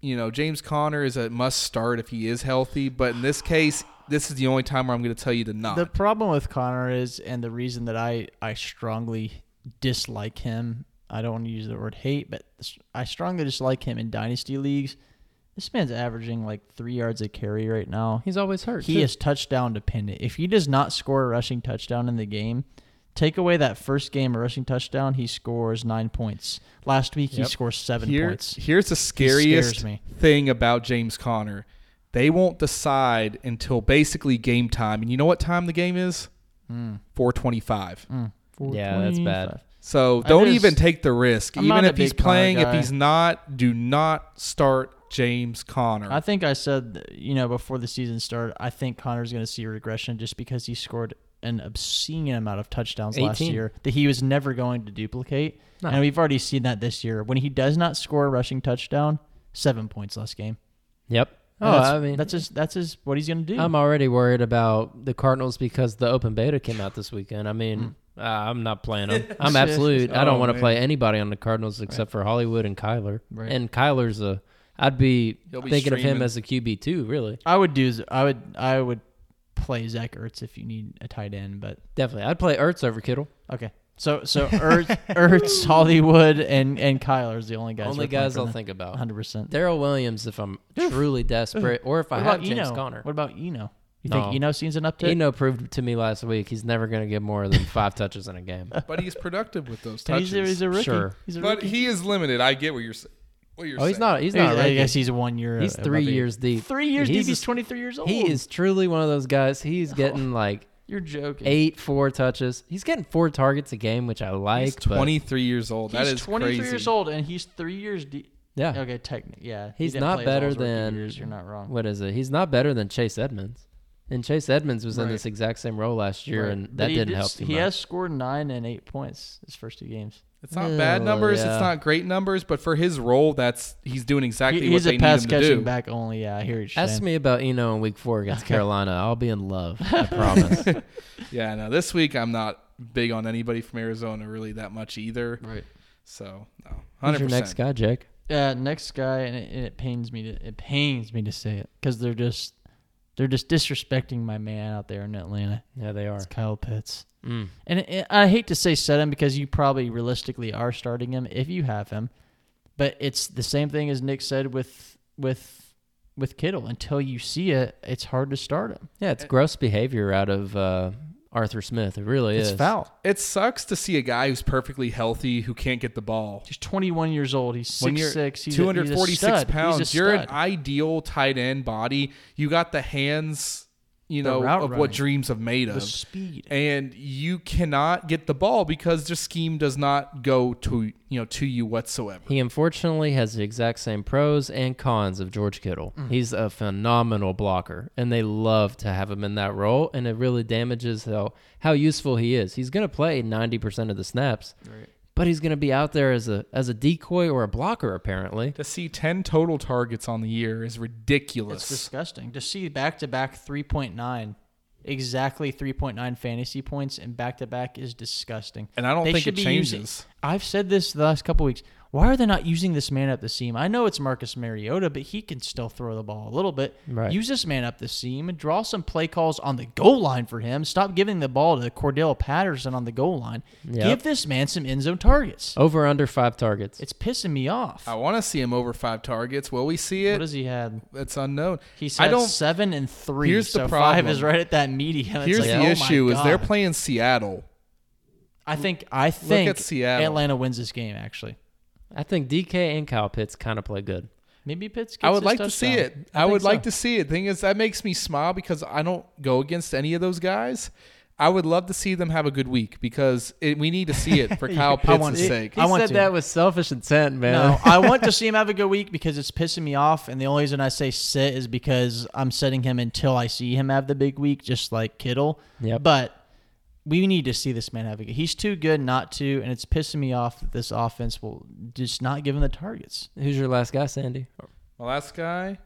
[SPEAKER 3] You know, James Conner is a must start if he is healthy. But in this case, this is the only time where I'm going to tell you to not.
[SPEAKER 2] The problem with Connor is, and the reason that I, I strongly dislike him, I don't want to use the word hate, but s- I strongly dislike him in dynasty leagues. This man's averaging like three yards a carry right now.
[SPEAKER 1] He's always hurt.
[SPEAKER 2] He
[SPEAKER 1] too.
[SPEAKER 2] is touchdown dependent. If he does not score a rushing touchdown in the game, take away that first game a rushing touchdown, he scores nine points. Last week he scores seven
[SPEAKER 3] Here-
[SPEAKER 2] points.
[SPEAKER 3] Here's the scariest
[SPEAKER 2] me.
[SPEAKER 3] thing about James Conner. They won't decide until basically game time. And you know what time the game is?
[SPEAKER 2] Mm,
[SPEAKER 3] 425.
[SPEAKER 1] Yeah, that's bad.
[SPEAKER 3] So
[SPEAKER 2] I
[SPEAKER 3] don't
[SPEAKER 2] just-
[SPEAKER 3] even take the risk.
[SPEAKER 2] I'm not
[SPEAKER 3] even
[SPEAKER 2] a
[SPEAKER 3] if he's
[SPEAKER 2] big Conner
[SPEAKER 3] playing, if
[SPEAKER 2] guy.
[SPEAKER 3] he's not, do not start James Conner.
[SPEAKER 2] I think I said you know before the season started, I think Connor's going to see regression just because he scored an obscene amount of touchdowns last
[SPEAKER 1] 18.
[SPEAKER 2] year that he was never going to duplicate.
[SPEAKER 1] No.
[SPEAKER 2] And we've already seen that this year. When he does not score a rushing touchdown, seven points last game.
[SPEAKER 1] Yep.
[SPEAKER 2] And
[SPEAKER 1] Oh,
[SPEAKER 2] that's,
[SPEAKER 1] I mean,
[SPEAKER 2] that's just that's just what he's going to do.
[SPEAKER 1] I'm already worried about the Cardinals because the open beta came out this weekend. I mean,
[SPEAKER 2] Hmm.
[SPEAKER 1] uh, I'm not playing them. I'm absolute. I don't
[SPEAKER 3] Oh,
[SPEAKER 1] want to
[SPEAKER 3] man.
[SPEAKER 1] play anybody on the Cardinals except for Hollywood and Kyler.
[SPEAKER 2] Right.
[SPEAKER 1] And Kyler's a. I'd be,
[SPEAKER 3] He'll be
[SPEAKER 1] thinking of him
[SPEAKER 3] streaming.
[SPEAKER 1] as a QB too. Really,
[SPEAKER 2] I would do. I would. I would play Zach Ertz if you need a tight end. But
[SPEAKER 1] definitely. I'd play Ertz over Kittle.
[SPEAKER 2] okay. So so Ertz, Ertz Hollywood, and and Kyler is the only guys.
[SPEAKER 1] Only guys I'll think about.
[SPEAKER 2] Hundred percent.
[SPEAKER 1] Daryl Williams, if I'm truly desperate, or if I
[SPEAKER 2] What
[SPEAKER 1] have
[SPEAKER 2] about
[SPEAKER 1] James
[SPEAKER 2] Eno?
[SPEAKER 1] Conner.
[SPEAKER 2] What about Eno? You
[SPEAKER 1] No.
[SPEAKER 2] think Eno seems an uptick?
[SPEAKER 1] Eno proved to me last week he's never going to get more than five touches in a game.
[SPEAKER 3] but he's productive with those
[SPEAKER 2] He's
[SPEAKER 3] touches.
[SPEAKER 2] a, he's a rookie.
[SPEAKER 1] Sure.
[SPEAKER 2] He's a
[SPEAKER 3] but
[SPEAKER 2] rookie.
[SPEAKER 3] he is limited. I get what you're saying. What you're
[SPEAKER 1] Oh, he's
[SPEAKER 3] saying.
[SPEAKER 1] not. He's not.
[SPEAKER 2] I
[SPEAKER 1] right
[SPEAKER 2] guess he's one year.
[SPEAKER 1] He's
[SPEAKER 2] above
[SPEAKER 1] three
[SPEAKER 2] you.
[SPEAKER 1] years deep.
[SPEAKER 2] Three years
[SPEAKER 1] He's
[SPEAKER 2] deep. He's
[SPEAKER 1] a-
[SPEAKER 2] 23 years old.
[SPEAKER 1] He is truly one of those guys. He's
[SPEAKER 2] Oh.
[SPEAKER 1] getting like
[SPEAKER 2] You're joking.
[SPEAKER 1] eight four touches. He's getting four targets a game, which I like.
[SPEAKER 3] He's
[SPEAKER 1] but
[SPEAKER 3] 23 years old. that
[SPEAKER 2] He's
[SPEAKER 3] is
[SPEAKER 2] 23
[SPEAKER 3] crazy.
[SPEAKER 2] years old, and he's three years deep.
[SPEAKER 1] yeah,
[SPEAKER 2] Okay, technically, yeah. he
[SPEAKER 1] He's
[SPEAKER 2] didn't
[SPEAKER 1] not
[SPEAKER 2] play as well
[SPEAKER 1] better
[SPEAKER 2] his rookie
[SPEAKER 1] than-
[SPEAKER 2] years, You're not wrong.
[SPEAKER 1] what is it? He's not better than Chase Edmonds. And Chase Edmonds was in
[SPEAKER 2] Right.
[SPEAKER 1] this exact same role last year,
[SPEAKER 2] Right.
[SPEAKER 1] and
[SPEAKER 2] But
[SPEAKER 1] that
[SPEAKER 2] he
[SPEAKER 1] didn't
[SPEAKER 2] did
[SPEAKER 1] help
[SPEAKER 2] s-
[SPEAKER 1] too
[SPEAKER 2] He
[SPEAKER 1] much.
[SPEAKER 2] has scored nine and eight points his first two games.
[SPEAKER 3] It's not
[SPEAKER 1] Oh,
[SPEAKER 3] bad numbers.
[SPEAKER 1] yeah.
[SPEAKER 3] It's not great numbers, but for his role, that's he's doing exactly
[SPEAKER 2] He-
[SPEAKER 3] what
[SPEAKER 2] he's
[SPEAKER 3] they
[SPEAKER 2] a pass
[SPEAKER 3] need him to
[SPEAKER 2] catching
[SPEAKER 3] do.
[SPEAKER 2] back only. Yeah, I hear what you're
[SPEAKER 1] Ask
[SPEAKER 2] saying.
[SPEAKER 1] me about Eno in Week Four against Carolina. I'll be in love. I promise.
[SPEAKER 3] Yeah, no, this week I'm not big on anybody from Arizona really that much either.
[SPEAKER 2] Right.
[SPEAKER 3] So no,
[SPEAKER 1] Who's
[SPEAKER 3] hundred
[SPEAKER 1] your next
[SPEAKER 3] percent.
[SPEAKER 1] guy, Jake?
[SPEAKER 2] Yeah, Uh, next guy, and it, and it pains me to it pains me to say it because they're just they're just disrespecting my man out there in Atlanta.
[SPEAKER 1] Yeah, they are.
[SPEAKER 2] It's Kyle Pitts,
[SPEAKER 1] Mm.
[SPEAKER 2] and it, it- I hate to say set him because you probably realistically are starting him if you have him, but it's the same thing as Nick said with with with Kittle. Until you see it, it's hard to start him.
[SPEAKER 1] Yeah, it's gross behavior out of uh, Arthur Smith. It really
[SPEAKER 2] It's
[SPEAKER 1] is.
[SPEAKER 2] foul.
[SPEAKER 3] It sucks to see a guy who's perfectly healthy who can't get the ball.
[SPEAKER 2] He's 21 years old. He's
[SPEAKER 3] When you're
[SPEAKER 2] 6'6". He's
[SPEAKER 3] 246
[SPEAKER 2] a, he's a stud.
[SPEAKER 3] pounds,
[SPEAKER 2] He's a
[SPEAKER 3] you're an
[SPEAKER 2] stud.
[SPEAKER 3] ideal tight end body. You got the hands, you
[SPEAKER 2] The
[SPEAKER 3] know,
[SPEAKER 2] route
[SPEAKER 3] of
[SPEAKER 2] running.
[SPEAKER 3] what dreams have made
[SPEAKER 2] the
[SPEAKER 3] of.
[SPEAKER 2] speed.
[SPEAKER 3] and you cannot get the ball because their scheme does not go to you know to you whatsoever.
[SPEAKER 1] He unfortunately has the exact same pros and cons of George Kittle. He's a phenomenal blocker, and they love to have him in that role, and it really damages how, how useful he is. He's going to play 90% of the snaps, but he's going to be out there as a as a decoy or a blocker, apparently.
[SPEAKER 3] To see ten total targets on the year is
[SPEAKER 2] It's
[SPEAKER 3] ridiculous.
[SPEAKER 2] disgusting to see back to back 3.9, exactly 3.9 fantasy points, and back to back is disgusting.
[SPEAKER 3] and I don't
[SPEAKER 2] They
[SPEAKER 3] think
[SPEAKER 2] should
[SPEAKER 3] it
[SPEAKER 2] be
[SPEAKER 3] changes.
[SPEAKER 2] using- I've said this the last couple weeks. Why are they not using this man up the seam? I know it's Marcus Mariota, but he can still throw the ball a little bit.
[SPEAKER 1] Right.
[SPEAKER 2] Use this man up the seam and draw some play calls on the goal line for him. Stop giving the ball to Cordell Patterson on the goal line.
[SPEAKER 1] Yep.
[SPEAKER 2] Give this man some end zone targets.
[SPEAKER 1] Over under five targets.
[SPEAKER 2] It's pissing me off.
[SPEAKER 3] I want to see him over five targets. Will we see
[SPEAKER 2] What
[SPEAKER 3] Oh, it?
[SPEAKER 2] has he had?
[SPEAKER 3] That's unknown.
[SPEAKER 2] He's
[SPEAKER 3] I
[SPEAKER 2] had
[SPEAKER 3] don't.
[SPEAKER 2] seven and three.
[SPEAKER 3] Here's the
[SPEAKER 2] so five
[SPEAKER 3] problem.
[SPEAKER 2] is right at that median. It's
[SPEAKER 3] Here's
[SPEAKER 2] like,
[SPEAKER 3] the
[SPEAKER 2] oh my
[SPEAKER 3] issue: is they're
[SPEAKER 2] God.
[SPEAKER 3] playing Seattle.
[SPEAKER 2] I think I think
[SPEAKER 3] at Seattle.
[SPEAKER 2] Atlanta wins this game. Actually,
[SPEAKER 1] I think DK and Kyle Pitts kind of play good.
[SPEAKER 2] maybe Pitts. Gets
[SPEAKER 3] I would
[SPEAKER 2] his
[SPEAKER 3] like to
[SPEAKER 2] touchdown.
[SPEAKER 3] see it. I,
[SPEAKER 1] think
[SPEAKER 3] would
[SPEAKER 1] so.
[SPEAKER 3] like to see it. Thing is, that makes me smile because I don't go against any of those guys. I would love to see them have a good week because it, we need to see it for Kyle
[SPEAKER 2] I want
[SPEAKER 3] Pitts'
[SPEAKER 2] to-
[SPEAKER 3] sake.
[SPEAKER 2] I want to.
[SPEAKER 1] with selfish intent, man.
[SPEAKER 2] No, I want to see him have a good week because it's pissing me off, and the only reason I say sit is because I'm setting him until I see him have the big week, just like Kittle.
[SPEAKER 1] Yep.
[SPEAKER 2] But we need to see this man have a good. He's too good not to, and it's pissing me off that this offense will just not give him the targets.
[SPEAKER 1] Who's your last guy, Sandy?
[SPEAKER 3] My last guy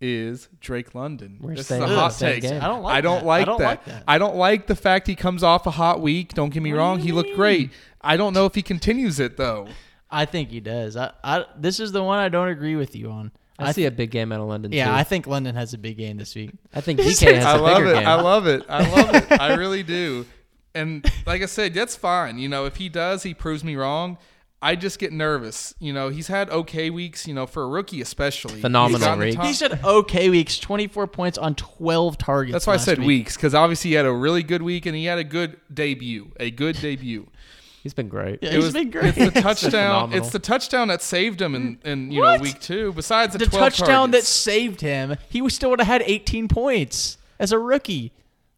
[SPEAKER 3] is Drake London.
[SPEAKER 1] We're
[SPEAKER 3] this is
[SPEAKER 1] staying
[SPEAKER 3] a
[SPEAKER 1] on the
[SPEAKER 3] hot
[SPEAKER 1] same
[SPEAKER 3] take.
[SPEAKER 1] game.
[SPEAKER 2] I don't like.
[SPEAKER 3] I don't
[SPEAKER 2] that.
[SPEAKER 3] like
[SPEAKER 2] I don't
[SPEAKER 3] that.
[SPEAKER 2] like that.
[SPEAKER 3] I don't like the fact he comes off a hot week. Don't get me wrong; he looked great. I don't know if he continues it though.
[SPEAKER 2] I think he does. I, I this is the one I don't agree with you on.
[SPEAKER 1] I, see a big game out of London.
[SPEAKER 2] Yeah,
[SPEAKER 1] too.
[SPEAKER 2] I think London has a big game this week.
[SPEAKER 1] I think DK has
[SPEAKER 3] I
[SPEAKER 1] a
[SPEAKER 3] love
[SPEAKER 1] bigger
[SPEAKER 3] it.
[SPEAKER 1] game.
[SPEAKER 3] I love it. I love it. I really do. And like I said, that's fine. You know, if he does, he proves me wrong. I just get nervous. You know, he's had okay weeks. You know, for a rookie especially, He's
[SPEAKER 1] Phenomenal
[SPEAKER 3] gotten the
[SPEAKER 1] weeks.
[SPEAKER 3] top-
[SPEAKER 2] He said, "Okay, weeks, twenty-four points on twelve targets."
[SPEAKER 3] That's why I
[SPEAKER 2] last
[SPEAKER 3] said
[SPEAKER 2] week.
[SPEAKER 3] weeks because obviously he had a really good week and he had a good debut. A good debut.
[SPEAKER 1] He's been great.
[SPEAKER 2] Yeah,
[SPEAKER 3] It
[SPEAKER 2] he's
[SPEAKER 3] was-
[SPEAKER 2] been great.
[SPEAKER 3] It's the touchdown.
[SPEAKER 1] phenomenal.
[SPEAKER 3] it's the touchdown that saved him in, in you
[SPEAKER 2] What?
[SPEAKER 3] know week two. Besides the,
[SPEAKER 2] the
[SPEAKER 3] 12
[SPEAKER 2] touchdown that
[SPEAKER 3] targets.
[SPEAKER 2] saved him. He would still would have had eighteen points as a rookie.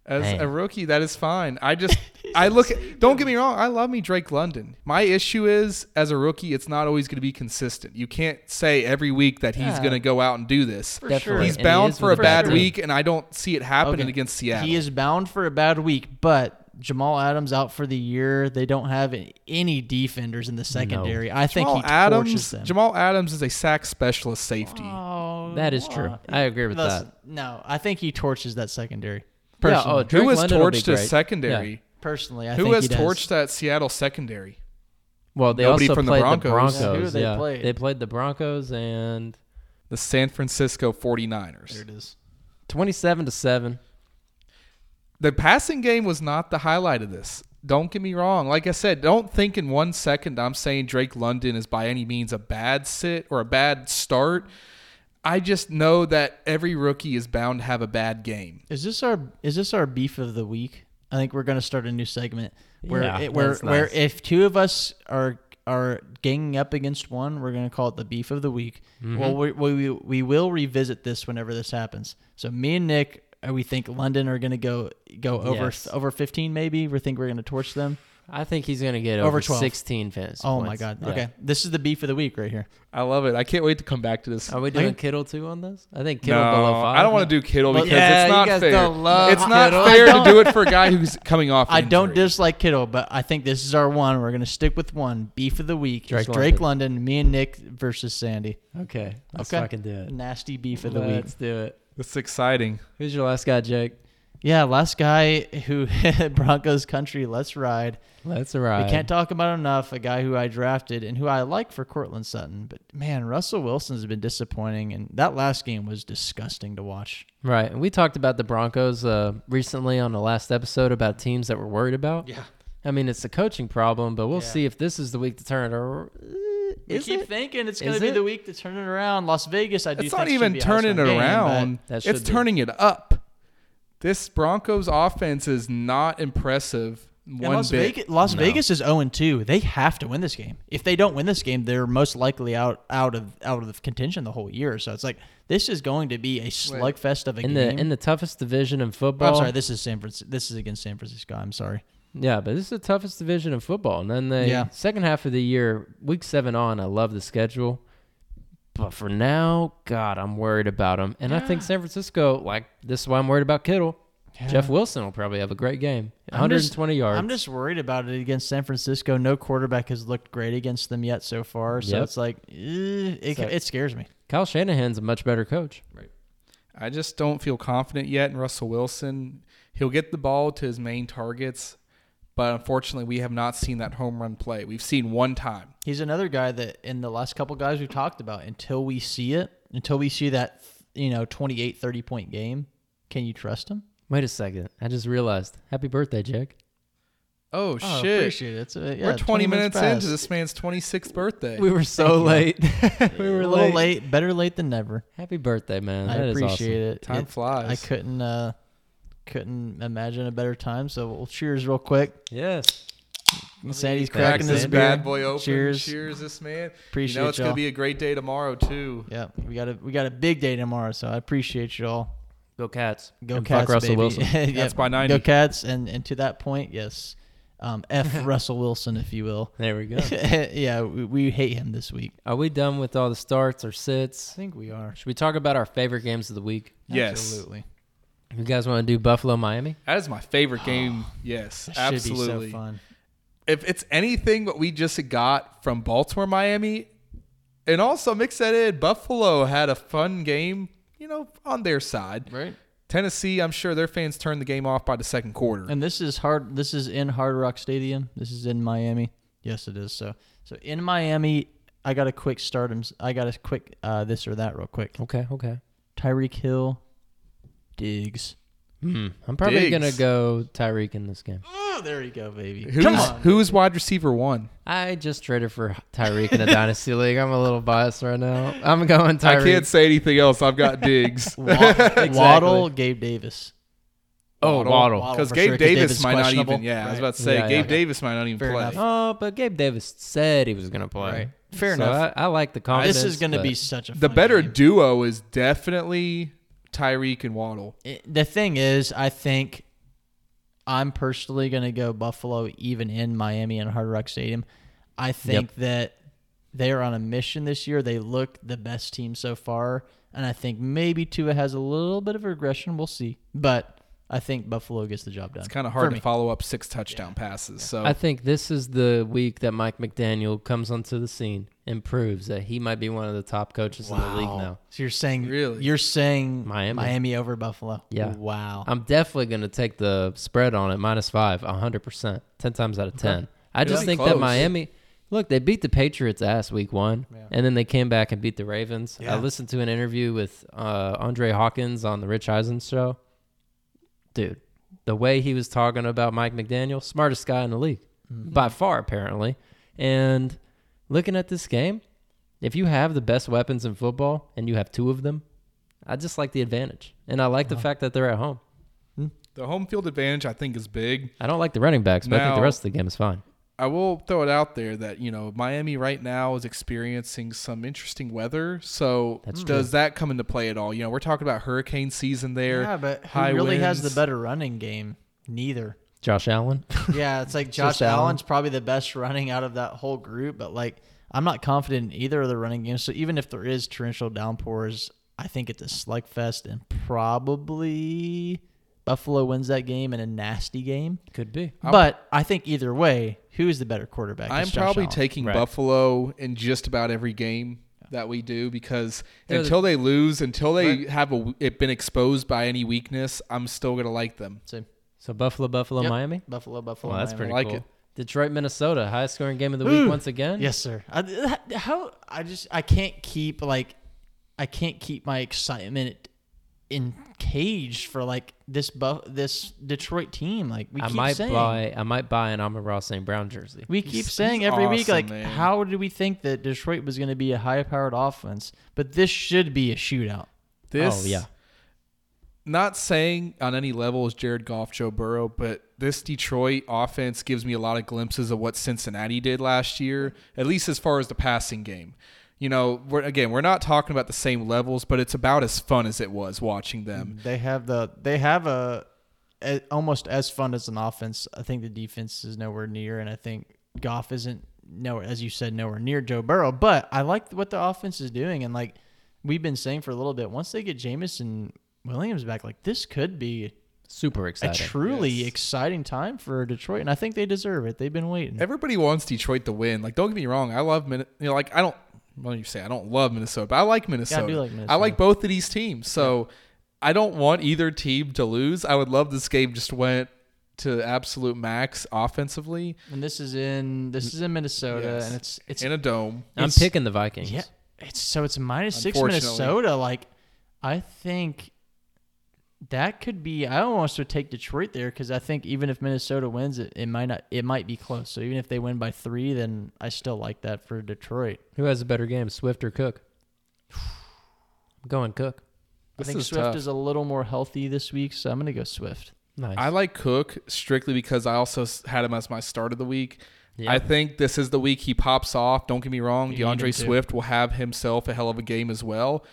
[SPEAKER 3] As
[SPEAKER 1] Man.
[SPEAKER 3] a rookie, that is fine. I just, I look. At, don't get me wrong. I love me Drake London. My issue is, as a rookie, it's not always going to be consistent. You can't say every week that he's
[SPEAKER 2] Yeah.
[SPEAKER 3] going to go out and do this.
[SPEAKER 2] For
[SPEAKER 1] Definitely.
[SPEAKER 2] sure.
[SPEAKER 3] He's
[SPEAKER 1] And he
[SPEAKER 3] bound
[SPEAKER 1] is
[SPEAKER 3] for a
[SPEAKER 1] with a bad
[SPEAKER 3] bad
[SPEAKER 1] team.
[SPEAKER 3] week, and I don't see it happening
[SPEAKER 2] Okay.
[SPEAKER 3] against Seattle.
[SPEAKER 2] He is bound for a bad week, but Jamal Adams out for the year. They don't have any defenders in the secondary. I think
[SPEAKER 3] Jamal
[SPEAKER 2] he torches
[SPEAKER 3] Adams.
[SPEAKER 2] them.
[SPEAKER 3] Jamal Adams is a sack specialist safety.
[SPEAKER 2] Oh,
[SPEAKER 1] That is true. I agree with
[SPEAKER 2] Listen,
[SPEAKER 1] that.
[SPEAKER 2] No, I think he torches that secondary.
[SPEAKER 1] Yeah,
[SPEAKER 2] Personally,
[SPEAKER 1] oh,
[SPEAKER 3] Who
[SPEAKER 1] Drake
[SPEAKER 3] has
[SPEAKER 1] London will be
[SPEAKER 3] torched his
[SPEAKER 1] great.
[SPEAKER 3] secondary?
[SPEAKER 1] Yeah.
[SPEAKER 2] personally, I
[SPEAKER 3] Who
[SPEAKER 2] think
[SPEAKER 3] has
[SPEAKER 2] he does.
[SPEAKER 3] torched that Seattle secondary?
[SPEAKER 1] Well, they
[SPEAKER 3] Nobody
[SPEAKER 1] also
[SPEAKER 3] from the
[SPEAKER 1] played the
[SPEAKER 3] Broncos.
[SPEAKER 1] Broncos.
[SPEAKER 2] Yeah, who they
[SPEAKER 1] yeah.
[SPEAKER 2] played?
[SPEAKER 1] They played the Broncos and
[SPEAKER 3] The San Francisco
[SPEAKER 2] There
[SPEAKER 3] 49ers.
[SPEAKER 2] it is.
[SPEAKER 1] 27 to 7.
[SPEAKER 3] The passing game was not the highlight of this. Don't get me wrong. Like I said, don't think in one second I'm saying Drake London is by any means a bad sit or a bad start. I just know that every rookie is bound to have a bad game.
[SPEAKER 2] Is this our is this our beef of the week? I think we're going to start a new segment where
[SPEAKER 1] Yeah,
[SPEAKER 2] it, where
[SPEAKER 1] that's
[SPEAKER 2] where
[SPEAKER 1] nice.
[SPEAKER 2] if two of us are are ganging up against one. We're going to call it the beef of the week.
[SPEAKER 1] Mm-hmm.
[SPEAKER 2] Well, we, we, we will revisit this whenever this happens. So me and Nick, uh, we think London are going to go go over
[SPEAKER 1] Yes.
[SPEAKER 2] over 15 maybe. We think we're going to torch them.
[SPEAKER 1] I think he's going to get
[SPEAKER 2] Over
[SPEAKER 1] over,
[SPEAKER 2] 12.
[SPEAKER 1] 16 fantasy
[SPEAKER 2] Oh my
[SPEAKER 1] points.
[SPEAKER 2] god.
[SPEAKER 1] Yeah.
[SPEAKER 2] Okay. This is the beef of the week right here.
[SPEAKER 3] I love it. I can't wait to come back to this.
[SPEAKER 1] Are we
[SPEAKER 2] Like-
[SPEAKER 1] doing Kittle too on this? I think
[SPEAKER 3] No,
[SPEAKER 1] Kittle below five.
[SPEAKER 3] I don't want to do Kittle
[SPEAKER 1] Well,
[SPEAKER 3] because
[SPEAKER 1] yeah,
[SPEAKER 3] it's
[SPEAKER 1] you
[SPEAKER 3] not
[SPEAKER 1] guys
[SPEAKER 3] fair.
[SPEAKER 1] don't love
[SPEAKER 3] it's not
[SPEAKER 1] Kittle.
[SPEAKER 3] fair
[SPEAKER 2] I
[SPEAKER 3] to
[SPEAKER 2] don't-
[SPEAKER 3] do it for a guy who's coming off.
[SPEAKER 2] I don't
[SPEAKER 3] injury.
[SPEAKER 2] dislike Kittle, but I think this is our one. We're going to stick with one. Beef of the week
[SPEAKER 1] Drake
[SPEAKER 2] is Drake
[SPEAKER 1] London.
[SPEAKER 2] London, me and Nick versus Sandy.
[SPEAKER 1] Okay, let's
[SPEAKER 2] Okay.
[SPEAKER 1] fucking do it.
[SPEAKER 2] Nasty beef of the week.
[SPEAKER 1] let's do it.
[SPEAKER 3] It's exciting.
[SPEAKER 1] Who's your last guy, Jake?
[SPEAKER 2] Yeah, last guy who Broncos country, let's ride.
[SPEAKER 1] Let's arrive.
[SPEAKER 2] We can't talk about enough. A guy who I drafted and who I like for Cortland Sutton, but man, Russell Wilson's been disappointing, and that last game was disgusting to watch.
[SPEAKER 1] Right. And we talked about the Broncos uh, recently on the last episode about teams that we're worried about.
[SPEAKER 3] Yeah.
[SPEAKER 1] I mean, it's a coaching problem, but we'll
[SPEAKER 2] Yeah.
[SPEAKER 1] see if this is the week to turn it. Or uh, is
[SPEAKER 2] we keep
[SPEAKER 1] it?
[SPEAKER 2] thinking it's
[SPEAKER 1] Is
[SPEAKER 2] going to be
[SPEAKER 1] it?
[SPEAKER 2] the week to turn it around. Las Vegas, I do.
[SPEAKER 3] It's
[SPEAKER 2] think
[SPEAKER 3] not
[SPEAKER 2] should
[SPEAKER 3] even
[SPEAKER 2] be a
[SPEAKER 3] turning it
[SPEAKER 2] household game,
[SPEAKER 3] around.
[SPEAKER 1] but- That should
[SPEAKER 3] it's
[SPEAKER 1] be.
[SPEAKER 3] turning it up. This Broncos offense is not impressive
[SPEAKER 2] but-
[SPEAKER 3] one
[SPEAKER 2] And Las,
[SPEAKER 3] bit.
[SPEAKER 2] Vegas, Las
[SPEAKER 1] No.
[SPEAKER 2] Vegas is 0 2. They have to win this game. If they don't win this game, they're most likely out out of out of contention the whole year. So it's like this is going to be a slugfest of a
[SPEAKER 1] in
[SPEAKER 2] game.
[SPEAKER 1] the in the toughest division in
[SPEAKER 2] Oh,
[SPEAKER 1] football.
[SPEAKER 2] I'm sorry. This is San Francisco. This is against San Francisco. I'm sorry.
[SPEAKER 1] yeah, but this is the toughest division in football. And then the
[SPEAKER 2] Yeah.
[SPEAKER 1] second half of the year, week seven on, I love the schedule. But for now, God, I'm worried about them. And I think San Francisco, like this is why I'm worried about Kittle. Jeff Wilson will probably have a great game.
[SPEAKER 2] I'm just-
[SPEAKER 1] 120 yards.
[SPEAKER 2] I'm just worried about it against San Francisco. No quarterback has looked great against them yet so far. So
[SPEAKER 1] Yep.
[SPEAKER 2] it's like, eh, it,
[SPEAKER 1] So-
[SPEAKER 2] it scares me.
[SPEAKER 1] Kyle Shanahan's a much better coach.
[SPEAKER 3] I just don't feel confident yet in Russell Wilson. He'll get the ball to his main targets, but unfortunately, we have not seen that home run play. We've seen one time.
[SPEAKER 2] He's another guy that in the last couple guys we've talked about, until we see it, until we see that, you know, 28, 30 point game, can you trust him?
[SPEAKER 1] Wait a second. I just realized. Happy birthday, Jake.
[SPEAKER 3] Oh,
[SPEAKER 2] Oh,
[SPEAKER 3] shit!
[SPEAKER 2] appreciate it. It's a- yeah,
[SPEAKER 3] We're 20, minutes, into
[SPEAKER 2] past.
[SPEAKER 3] this man's 26th birthday.
[SPEAKER 1] We were so late. we
[SPEAKER 2] A
[SPEAKER 1] were
[SPEAKER 2] little
[SPEAKER 1] late.
[SPEAKER 2] late. better late than never.
[SPEAKER 1] Happy birthday, man.
[SPEAKER 2] I
[SPEAKER 1] That is
[SPEAKER 2] appreciate
[SPEAKER 1] awesome.
[SPEAKER 2] it.
[SPEAKER 3] Time
[SPEAKER 2] It-
[SPEAKER 3] flies.
[SPEAKER 2] I couldn't, uh, couldn't imagine a better time. So we'll cheers real quick.
[SPEAKER 1] Yes.
[SPEAKER 2] Sandy's
[SPEAKER 1] Crack
[SPEAKER 2] cracking
[SPEAKER 1] this
[SPEAKER 2] this beer.
[SPEAKER 3] bad boy open.
[SPEAKER 2] Cheers.
[SPEAKER 3] Cheers, this man.
[SPEAKER 2] Appreciate
[SPEAKER 3] you know it's
[SPEAKER 2] y'all.
[SPEAKER 3] gonna be a great day tomorrow too.
[SPEAKER 2] Yeah, we got a we got a big day tomorrow, so I appreciate you all.
[SPEAKER 1] Go Cats.
[SPEAKER 2] Go
[SPEAKER 1] And
[SPEAKER 2] Cats,
[SPEAKER 1] Fuck Russell
[SPEAKER 2] baby.
[SPEAKER 1] Wilson.
[SPEAKER 2] Yep.
[SPEAKER 3] Cats by 90.
[SPEAKER 2] Go Cats, and and to that point, yes, um, f Russell Wilson, if you will.
[SPEAKER 1] There we go.
[SPEAKER 2] yeah, we, we hate him this week.
[SPEAKER 1] Are we done with all the starts or
[SPEAKER 2] I
[SPEAKER 1] sits?
[SPEAKER 2] think we are.
[SPEAKER 1] Should we talk about our favorite games of the week?
[SPEAKER 3] Yes.
[SPEAKER 2] absolutely.
[SPEAKER 1] You guys want to do Buffalo, Miami?
[SPEAKER 3] That is my favorite game. yes,
[SPEAKER 2] That should
[SPEAKER 3] absolutely.
[SPEAKER 2] be so fun.
[SPEAKER 3] if it's anything what we just got from Baltimore, Miami, and also mix that in, Buffalo had a fun game, you know, on their side.
[SPEAKER 2] Right.
[SPEAKER 3] Tennessee, I'm sure their fans turned the game off by the second quarter.
[SPEAKER 2] And this is hard. This is in Hard Rock Stadium. This is in Miami. Yes, it is. So so in Miami, I got a quick stardom. I got a quick uh, this or that real quick.
[SPEAKER 1] Okay, okay.
[SPEAKER 2] Tyreek Hill, Diggs.
[SPEAKER 1] Hmm. I'm probably
[SPEAKER 3] Diggs.
[SPEAKER 1] going to go Tyreek in this game.
[SPEAKER 2] Oh, there you go, baby.
[SPEAKER 3] who's,
[SPEAKER 2] Come on.
[SPEAKER 3] who's wide receiver one?
[SPEAKER 1] I just traded for Tyreek in the Dynasty League. I'm a little biased right now. I'm going
[SPEAKER 3] I can't
[SPEAKER 1] Tyreek.
[SPEAKER 3] say anything else. I've got Diggs.
[SPEAKER 2] Wa- Waddle, Gabe Davis.
[SPEAKER 1] Oh,
[SPEAKER 3] Waddle.
[SPEAKER 1] Waddle.
[SPEAKER 2] Waddle
[SPEAKER 3] Because
[SPEAKER 2] for
[SPEAKER 3] Gabe
[SPEAKER 2] sure, 'cause
[SPEAKER 3] Davis,
[SPEAKER 2] Davis is
[SPEAKER 3] might not
[SPEAKER 2] questionable.
[SPEAKER 3] even. Yeah, I was
[SPEAKER 2] Right.
[SPEAKER 3] about to say
[SPEAKER 1] Yeah,
[SPEAKER 3] Gabe
[SPEAKER 1] yeah.
[SPEAKER 3] Davis might not even
[SPEAKER 2] Fair
[SPEAKER 3] play.
[SPEAKER 2] enough.
[SPEAKER 1] Oh, but Gabe Davis said he was going to play.
[SPEAKER 2] Right. Fair
[SPEAKER 1] So
[SPEAKER 2] enough.
[SPEAKER 1] I, I like the confidence.
[SPEAKER 2] this is going to
[SPEAKER 1] but-
[SPEAKER 2] be such a
[SPEAKER 3] The
[SPEAKER 2] fun
[SPEAKER 3] better
[SPEAKER 2] game.
[SPEAKER 3] duo is definitely Tyreek and Waddle.
[SPEAKER 2] It- the thing is, I think I'm personally going to go Buffalo, even in Miami and Hard Rock Stadium. I think that they are on a mission this year. They look the best team so far, and I think maybe Tua has a little bit of regression. We'll see, but I think Buffalo gets the job done.
[SPEAKER 3] It's kind of
[SPEAKER 2] For
[SPEAKER 3] hard
[SPEAKER 2] me.
[SPEAKER 3] to follow up six touchdown passes. So
[SPEAKER 1] I think this is the week that Mike McDaniel comes onto the scene and proves that he might be one of the top coaches in the league now.
[SPEAKER 2] So you're saying
[SPEAKER 3] Really?
[SPEAKER 2] You're saying
[SPEAKER 1] Miami.
[SPEAKER 2] Miami over Buffalo.
[SPEAKER 1] Yeah.
[SPEAKER 2] Wow.
[SPEAKER 1] I'm definitely going to take the spread on it minus five, 100%, 10 times out of 10. I just
[SPEAKER 3] Really
[SPEAKER 1] think that
[SPEAKER 3] close.
[SPEAKER 1] Miami, look, they beat the Patriots ass week one, and then they came back and beat the Ravens. I listened to an interview with uh, Andre Hawkins on the Rich Eisen show. Dude, the way he was talking about Mike McDaniel, smartest guy in the league by far, apparently. And looking at this game, if you have the best weapons in football and you have two of them, I just like the advantage. And I like the fact that they're at home.
[SPEAKER 3] the home field advantage, I think, is big.
[SPEAKER 1] I don't like the running backs, but I think
[SPEAKER 3] Now-
[SPEAKER 1] the rest of the game is fine.
[SPEAKER 3] I will throw it out there that you know Miami right now is experiencing some interesting weather. So does that come into play at all? You know, we're talking about hurricane season there.
[SPEAKER 2] Yeah, but who
[SPEAKER 3] high
[SPEAKER 2] really has the
[SPEAKER 3] winds.
[SPEAKER 2] better running game? Neither.
[SPEAKER 1] Josh Allen.
[SPEAKER 2] Yeah, it's like Josh
[SPEAKER 1] Just Allen.
[SPEAKER 2] Allen's probably the best running out of that whole group, but like I'm not confident in either of the running games. So even if there is torrential downpours, I think it's a slug fest and probably Buffalo wins that game in a nasty game.
[SPEAKER 1] Could be.
[SPEAKER 2] but I think either way, who is the better quarterback?
[SPEAKER 3] I'm
[SPEAKER 2] It's Josh
[SPEAKER 3] probably
[SPEAKER 2] Allen.
[SPEAKER 3] taking
[SPEAKER 1] Right.
[SPEAKER 3] Buffalo in just about every game that we do because
[SPEAKER 1] They're the-
[SPEAKER 3] until they lose, until they have a, it been exposed by any weakness, I'm still gonna like them.
[SPEAKER 2] So,
[SPEAKER 1] So Buffalo, Buffalo,
[SPEAKER 2] yep, Oh,
[SPEAKER 1] Miami.
[SPEAKER 2] Buffalo, Buffalo.
[SPEAKER 1] Well, that's
[SPEAKER 2] Miami.
[SPEAKER 1] pretty
[SPEAKER 3] like
[SPEAKER 1] cool.
[SPEAKER 3] it.
[SPEAKER 1] Detroit, Minnesota, highest scoring game of the week once again.
[SPEAKER 2] Yes, sir. I, that- how I just I can't keep like I can't keep my excitement in cage for like this buff this Detroit team. Like we
[SPEAKER 1] I
[SPEAKER 2] keep
[SPEAKER 1] might
[SPEAKER 2] saying,
[SPEAKER 1] buy. I might buy an Amon Ross St. Brown jersey.
[SPEAKER 2] we keep
[SPEAKER 3] He's-
[SPEAKER 2] saying
[SPEAKER 3] he's
[SPEAKER 2] every week
[SPEAKER 3] awesome,
[SPEAKER 2] like
[SPEAKER 3] man.
[SPEAKER 2] how did we think that Detroit was going to be a high powered offense? But this should be a shootout.
[SPEAKER 3] This,
[SPEAKER 1] oh yeah,
[SPEAKER 3] not saying on any level is Jared Goff, Joe Burrow, but this Detroit offense gives me a lot of glimpses of what Cincinnati did last year, at least as far as the passing game. You know, we're, again, we're not talking about the same levels, but it's about as fun as it was watching them.
[SPEAKER 2] They have the they have a, a almost as fun as an offense. I think the defense is nowhere near, and I think Goff isn't nowhere as you said nowhere near Joe Burrow. But I like what the offense is doing, and like we've been saying for a little bit, once they get Jamison Williams back, like this could be
[SPEAKER 1] super
[SPEAKER 2] a
[SPEAKER 1] exciting.
[SPEAKER 2] truly
[SPEAKER 3] Yes.
[SPEAKER 2] exciting time for Detroit, and I think they deserve it. They've been waiting.
[SPEAKER 3] Everybody wants Detroit to win. Like, don't get me wrong, I love Min. You know, like I don't. Well, you say I don't love Minnesota, but I like Minnesota.
[SPEAKER 2] like
[SPEAKER 3] I
[SPEAKER 2] Minnesota.
[SPEAKER 3] like both of these teams, so I don't want either team to lose. I would love this game just went to absolute max offensively
[SPEAKER 2] And this is in this is in Minnesota,
[SPEAKER 3] Yes.
[SPEAKER 2] and it's it's
[SPEAKER 3] in a dome.
[SPEAKER 1] I'm
[SPEAKER 2] It's-
[SPEAKER 1] picking the Vikings.
[SPEAKER 2] Yeah, it's so it's minus six
[SPEAKER 3] Unfortunately.
[SPEAKER 2] Minnesota. Like, I think that could be. I almost would take Detroit there because I think even if Minnesota wins, it, it might not. It might be close. So even if they win by three, then I still like that for Detroit.
[SPEAKER 1] Who has a better game, Swift or Cook? I'm going Cook.
[SPEAKER 3] This
[SPEAKER 2] I think
[SPEAKER 3] is
[SPEAKER 2] Swift
[SPEAKER 3] tough.
[SPEAKER 2] is a little more healthy this week, so I'm gonna go Swift.
[SPEAKER 1] Nice.
[SPEAKER 3] I like Cook strictly because I also s- had him as my start of the week.
[SPEAKER 1] Yeah.
[SPEAKER 3] I think this is the week he pops off. Don't get me wrong,
[SPEAKER 2] You need him
[SPEAKER 3] DeAndre
[SPEAKER 2] to.
[SPEAKER 3] Swift will have himself a hell of a game as well,